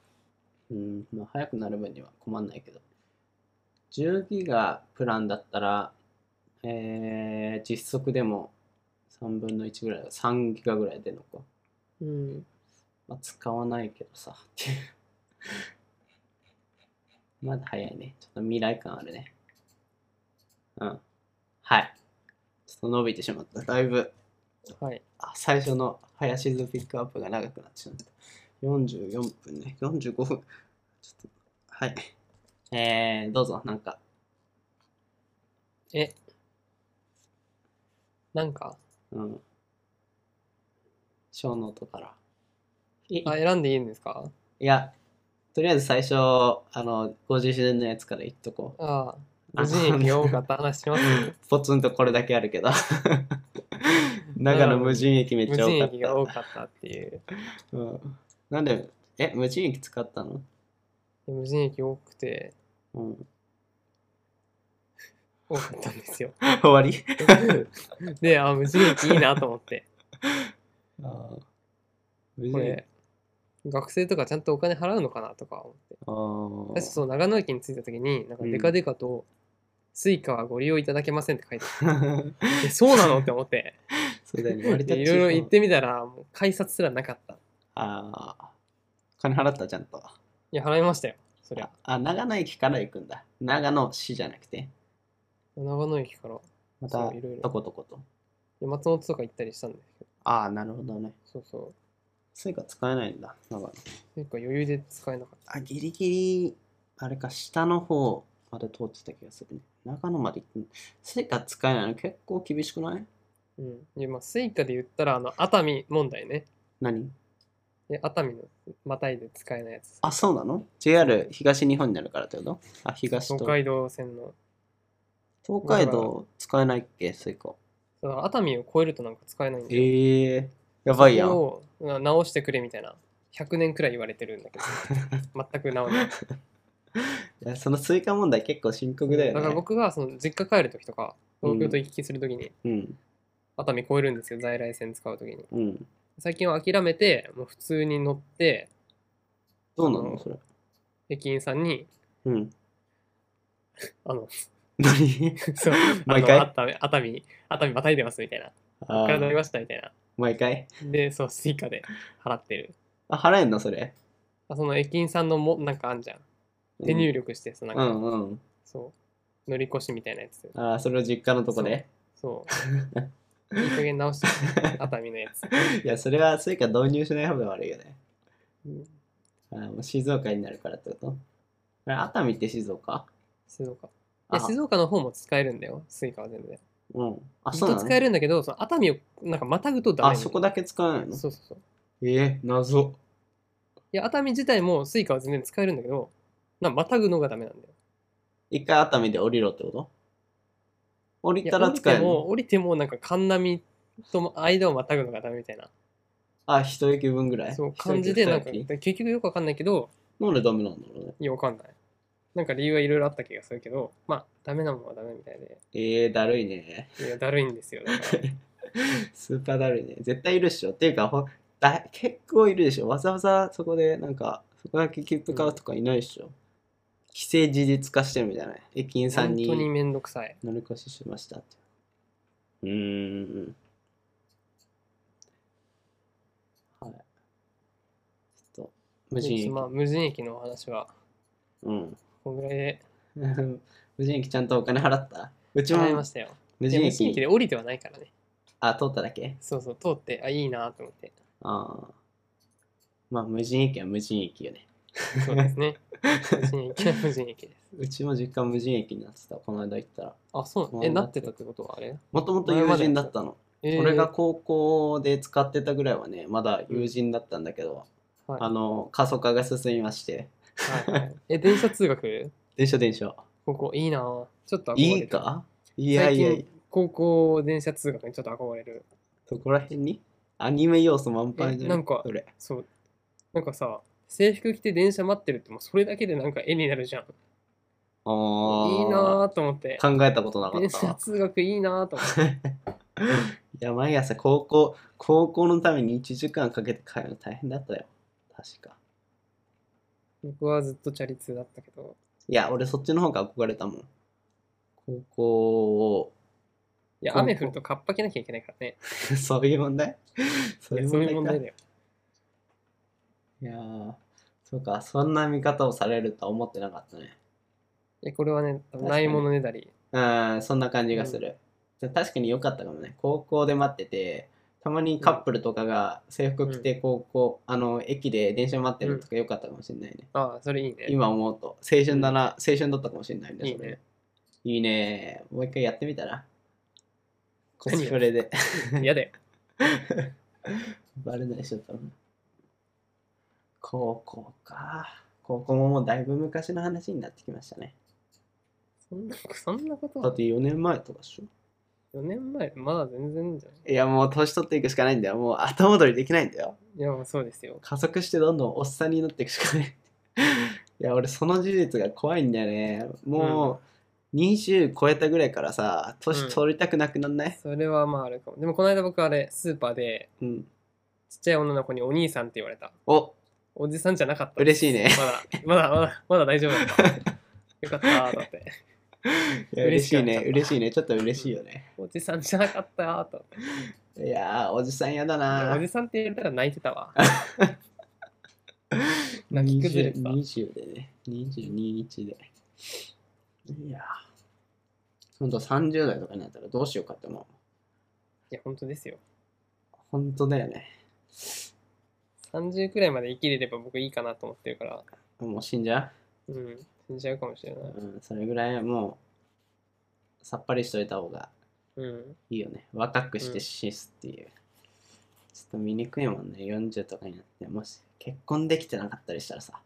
Speaker 1: うん、まあ、早くなる分には困んないけど。10ギガプランだったら、えー、実測でも3分の1ぐらい、3ギガぐらい出るのか。
Speaker 2: うん。
Speaker 1: まあ、使わないけどさ、 っていう。まだ早いね。ちょっと未来感あるね。うん。はい。ちょっと伸びてしまった。だいぶ、
Speaker 2: はい。
Speaker 1: あ最初の林図ピックアップが長くなってしまった。44分ね。45分。ちょっと、はい。えー、どうぞ、なんか。
Speaker 2: え。なんか、
Speaker 1: うん。小ノートから。い
Speaker 2: あ、選んでいいんですか
Speaker 1: いや、とりあえず最初、あの、50周年のやつから言っとこ
Speaker 2: ああ。
Speaker 1: う。
Speaker 2: 無事に両 方った話しますよ。
Speaker 1: ポツンとこれだけあるけ ど長野無人駅めっ
Speaker 2: 無
Speaker 1: ちゃ多か
Speaker 2: 人
Speaker 1: っ
Speaker 2: 駅
Speaker 1: た
Speaker 2: が多かったっていう。
Speaker 1: うん、なんでえ無人駅使ったの、
Speaker 2: 無人駅多くて、
Speaker 1: うん、
Speaker 2: 多かったんですよ。
Speaker 1: 終わり
Speaker 2: で、あ、無人駅いいなと思って。
Speaker 1: ああ無
Speaker 2: こ
Speaker 1: 人駅
Speaker 2: れ、学生とかちゃんとお金払うのかなとか思っ
Speaker 1: あ
Speaker 2: て。確かその長野駅に着いた時に、なんかデカデカと、スイカはご利用いただけませんって書いてあ
Speaker 1: あ
Speaker 2: って、そうなのって思って、
Speaker 1: そうだよね
Speaker 2: で
Speaker 1: 割と
Speaker 2: いろいろ言ってみたら、もう改札すらなかった。い
Speaker 1: ああ金払ったちゃんと
Speaker 2: や、払いましたよ、そりゃ
Speaker 1: あ。あ長野駅から行くんだ長野市じゃなくて
Speaker 2: 長野駅から、
Speaker 1: ま
Speaker 2: そ
Speaker 1: た
Speaker 2: ういろいろ
Speaker 1: とことこと
Speaker 2: 松本とか行ったりしたんですけど、
Speaker 1: ああなるほどね
Speaker 2: そうそう。
Speaker 1: スイカ使えないんだ長野
Speaker 2: スイカ余裕で使えなかった。
Speaker 1: あ、ギリギリ、あれか、下の方まで通ってた気がするね。中野まで行って、スイカ使えないの結構厳しくない
Speaker 2: うん。で、まあ、スイカで言ったら、あの、熱海問題ね。
Speaker 1: 何
Speaker 2: で、熱海のまたいで使えないやつ。
Speaker 1: あ、そうなの ?JR 東日本になるからってことあ、東と。
Speaker 2: 東
Speaker 1: 東
Speaker 2: 海道線の。
Speaker 1: 海道使えないっけスイカ。
Speaker 2: だから熱海を越えるとなんか使えないんで。
Speaker 1: ええやばいやん。
Speaker 2: をな直してくれみたいな。100年くらい言われてる んだけど、全く直らない。
Speaker 1: いやそのスイカ問題結構深刻だよね。
Speaker 2: から僕がその実家帰るときとか、東京と行き来するときに、
Speaker 1: うん、
Speaker 2: 熱海越えるんですよ、在来線使うときに。
Speaker 1: うん。
Speaker 2: 最近は諦めて、もう普通に乗って、
Speaker 1: どうな
Speaker 2: あ
Speaker 1: の
Speaker 2: の
Speaker 1: それ。
Speaker 2: 駅員さんに、
Speaker 1: うん。
Speaker 2: あの、
Speaker 1: 何
Speaker 2: そう、あ
Speaker 1: 毎
Speaker 2: の
Speaker 1: 回
Speaker 2: 熱海、熱海、熱海またいでますみたいな。
Speaker 1: あ
Speaker 2: から乗り
Speaker 1: ー
Speaker 2: ましたみたいな。
Speaker 1: 毎回
Speaker 2: で、そう、スイカで払ってる。
Speaker 1: あ、払えんのそれ。
Speaker 2: あその駅員さんのも、なんかあんじゃん。
Speaker 1: うん
Speaker 2: 手入力して、そのなん
Speaker 1: う
Speaker 2: か、
Speaker 1: んうん。
Speaker 2: そう、乗り越しみたいなやつ。
Speaker 1: あーそれを実家のとこで。
Speaker 2: そう。いい加減直して、熱海のやつ。
Speaker 1: いや、それはスイカ導入しない方が悪いよね。
Speaker 2: うん
Speaker 1: あもう静岡になるからってことあれ熱海って静岡
Speaker 2: 静岡。い
Speaker 1: あ
Speaker 2: や、静岡の方も使えるんだよ、スイカは全部で。
Speaker 1: うん。あ、
Speaker 2: ず
Speaker 1: そ
Speaker 2: っ
Speaker 1: う
Speaker 2: と
Speaker 1: なの、
Speaker 2: 使えるんだけど、その熱海をなんかまたぐとダメ
Speaker 1: あ、そこだけ使わないの
Speaker 2: そうそうそう。
Speaker 1: ええ謎。
Speaker 2: いや、熱海自体もスイカは全然使えるんだけど、なんかまたぐのがダメなんだよ。
Speaker 1: 一回熱海で降りろってこと降り
Speaker 2: いや
Speaker 1: たら
Speaker 2: 降り
Speaker 1: 使え
Speaker 2: て
Speaker 1: るの
Speaker 2: も、降りてもなんか神波とも間をまたぐのがダメみたいな。
Speaker 1: あ、一駅分ぐらい
Speaker 2: そ
Speaker 1: 一
Speaker 2: う
Speaker 1: 駅
Speaker 2: 感じで、なんか
Speaker 1: 二駅
Speaker 2: 結局よくわかんないけど、
Speaker 1: なんでダメなんだろうね。
Speaker 2: いや、わかんない。なんか理由はいろいろあった気がするけど、まあ、ダメなものはダメみたいで、
Speaker 1: ええだるいね。
Speaker 2: いや、だるいんですよ。だから
Speaker 1: スーパーだるいね。絶対いるっしょ。っていうか、ほだ結構いるでしょ。わざわざそこで、なんか、そこだけ切符買うとかいないでしょ。既成事実化してるみたいな。駅員さん
Speaker 2: 本
Speaker 1: に。
Speaker 2: 当にめんどくさい。
Speaker 1: 乗り越ししましたってうーんはいちょっと無人駅、
Speaker 2: まあ、無人駅の話は、
Speaker 1: うん
Speaker 2: こんぐらいで
Speaker 1: 無人駅ちゃんとお金払ったうちも
Speaker 2: 払いましたよ。
Speaker 1: 無
Speaker 2: いや
Speaker 1: 人
Speaker 2: 無人駅
Speaker 1: 駅
Speaker 2: で降りてはないからね。
Speaker 1: あ通っただけ
Speaker 2: そうそう、通って、あ、いいなと思って。
Speaker 1: ああまあ無人駅は無人駅よね
Speaker 2: そうですね。無人駅は無人駅です。
Speaker 1: うちも実家無人駅になってたこの間行ったら
Speaker 2: あ、そうなのえ、なってたってことはあれ
Speaker 1: もともと友人だったの、
Speaker 2: えー
Speaker 1: 俺が高校で使ってたぐらいはねまだ友人だったんだけど、
Speaker 2: はい
Speaker 1: あの過疎化が進みまして
Speaker 2: はいはいえ、電車通学
Speaker 1: 電車電車
Speaker 2: 高校いいなぁちょっと憧れる
Speaker 1: いいかいやいやい
Speaker 2: 最
Speaker 1: や
Speaker 2: 近、高校電車通学にちょっと憧れる。
Speaker 1: そこら辺にアニメ要素満載じゃ
Speaker 2: えなんか
Speaker 1: それ
Speaker 2: そう。なんかさ、制服着て電車待ってるって、もうそれだけでなんか絵になるじゃん。い
Speaker 1: あー
Speaker 2: いなぁと思って。
Speaker 1: 考えたことなか
Speaker 2: 電
Speaker 1: った
Speaker 2: 車
Speaker 1: わ。
Speaker 2: 通学いいなぁと思って。
Speaker 1: いや、毎朝高校、高校のために1時間かけて帰るの大変だったよ。確か。
Speaker 2: 僕はずっとチャリ通だったけど。
Speaker 1: いや、俺そっちの方が憧れたもん。高校を、
Speaker 2: いや、
Speaker 1: 高校
Speaker 2: 雨降るとカッパ着なきゃいけないからね。
Speaker 1: そういう問題 そ
Speaker 2: いやそういう問題だよ。
Speaker 1: いやーそうか、そんな見方をされるとは思ってなかったね。
Speaker 2: いや、これはね、
Speaker 1: に
Speaker 2: ないものねだり。
Speaker 1: うん、そんな感じがする。確かに良かったかもね。高校で待ってて、たまにカップルとかが制服着て高校、あの、駅で電車待ってるのとか良かったかもしれないね。
Speaker 2: ああ、それいいね。
Speaker 1: 今思うと、青春だな、青春だったかもしれないね、それ。
Speaker 2: いいね
Speaker 1: いいね。もう一回やってみたら。コスプレで。
Speaker 2: 嫌だよ。
Speaker 1: バレないしちゃった高校か。高校ももうだいぶ昔の話になってきましたね。
Speaker 2: そんな、そんなこと
Speaker 1: だ
Speaker 2: は
Speaker 1: って4年前とかでしょ
Speaker 2: 4年前、まだ全然じゃない
Speaker 1: いやもう年取っていくしかないんだよ。もう後戻りできないんだよ。
Speaker 2: いや、もうそうですよ。
Speaker 1: 加速してどんどんおっさんになっていくし かない。いや俺その事実が怖いんだよね。もう20超えたぐらいからさ、年取りたくなくなんない、
Speaker 2: それはまああるかも。でもこの間僕あれ、スーパーで、
Speaker 1: うん、
Speaker 2: ちっちゃい女の子にお兄さんって言われた。
Speaker 1: お
Speaker 2: おじさんじゃなかった。
Speaker 1: 嬉しいね。
Speaker 2: まだ、まだ、まだ、まだ大丈夫だった。 よかった、だって。
Speaker 1: いや嬉しいね。嬉
Speaker 2: 嬉
Speaker 1: しいね。ちょっと嬉しいよね。
Speaker 2: おじさんじゃなかった、と。
Speaker 1: いやー、おじさんやだ
Speaker 2: いや
Speaker 1: な
Speaker 2: おじさんって言ったら泣いてたわ。泣き崩れてた。
Speaker 1: 20でね。22、1で。いやー。ほんと30代とかになったらどうしようかって思う。
Speaker 2: いや、本当ですよ。
Speaker 1: ほんとだよね。
Speaker 2: 30くらいまで生きれれば僕いいかなと思ってるから、
Speaker 1: もう死んじゃ
Speaker 2: うん、死んじゃうかもしれな
Speaker 1: う、
Speaker 2: い。
Speaker 1: うん、それぐらいもう、さっぱりしといた方が
Speaker 2: うん、
Speaker 1: いいよね。若くし
Speaker 2: う
Speaker 1: て
Speaker 2: ん
Speaker 1: 死すっていう。ちょっと見にくいもんね。40とかになって。もし結婚できてなかったりしたらさ。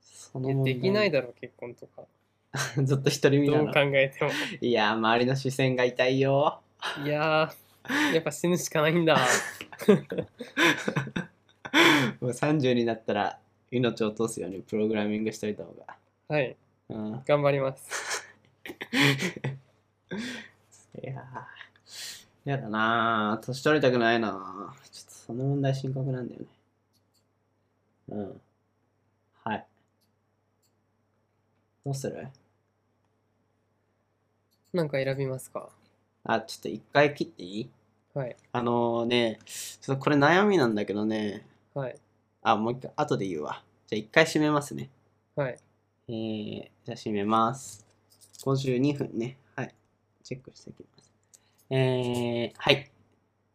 Speaker 1: その
Speaker 2: いや
Speaker 1: 問題
Speaker 2: できないだろ、結婚とか。
Speaker 1: ずっと一人身な
Speaker 2: どう
Speaker 1: の
Speaker 2: 考。えても。
Speaker 1: いやー、周りの視線が痛いよ。
Speaker 2: いやー、やっぱ死ぬしかないんだ。
Speaker 1: もう30になったら命を落とすようにプログラミングしといた方が。
Speaker 2: はい、
Speaker 1: うん。い
Speaker 2: 頑張ります。
Speaker 1: やー、やだなー。年取りたくないなー。ちょっとその問題深刻なんだよね。うん。はい。どうする
Speaker 2: なんか選びますか
Speaker 1: あ、ちょっと一回切っていい
Speaker 2: はい、
Speaker 1: あのーね、ちょっとこれ悩みなんだけどね。
Speaker 2: はい、
Speaker 1: あ、もう一回、後で言うわ。じゃあ一回閉めますね。
Speaker 2: はい。
Speaker 1: えー、じゃあ閉めます。52分ね。はい。チェックしていきます。えー、はい。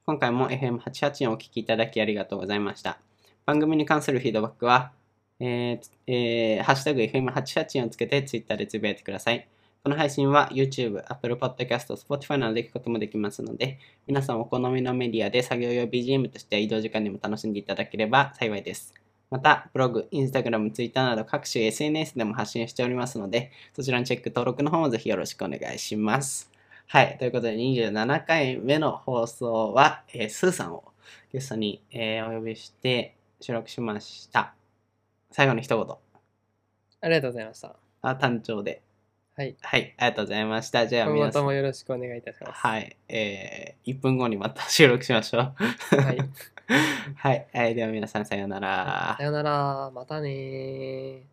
Speaker 1: 今回も FM88 をお聞きいただきありがとうございました。番組に関するフィードバックは、えーつえーハッシュタグ FM88 をつけて Twitter でつぶやいてください。この配信は YouTube、Apple Podcast、Spotify などで聞くこともできますので、皆さんお好みのメディアで作業用 BGM として移動時間でも楽しんでいただければ幸いです。また、ブログ、インスタグラム、ツイッターなど各種 SNS でも発信しておりますので、そちらのチェック、登録の方もぜひよろしくお願いします。はい、ということで27回目の放送は、えースーさんをゲストに、えーお呼びして収録しました。最後の一言、
Speaker 2: ありがとうございました。
Speaker 1: あ単調で。
Speaker 2: はい、
Speaker 1: はい、ありがとうございました。じゃあ
Speaker 2: 今後
Speaker 1: 皆さ
Speaker 2: と
Speaker 1: ん、
Speaker 2: もよろしくお願いいたします。
Speaker 1: はい、え1分後にまた収録しましょう。
Speaker 2: はい、
Speaker 1: はい、えーでは皆さんさようなら
Speaker 2: さ。よなら、またねー。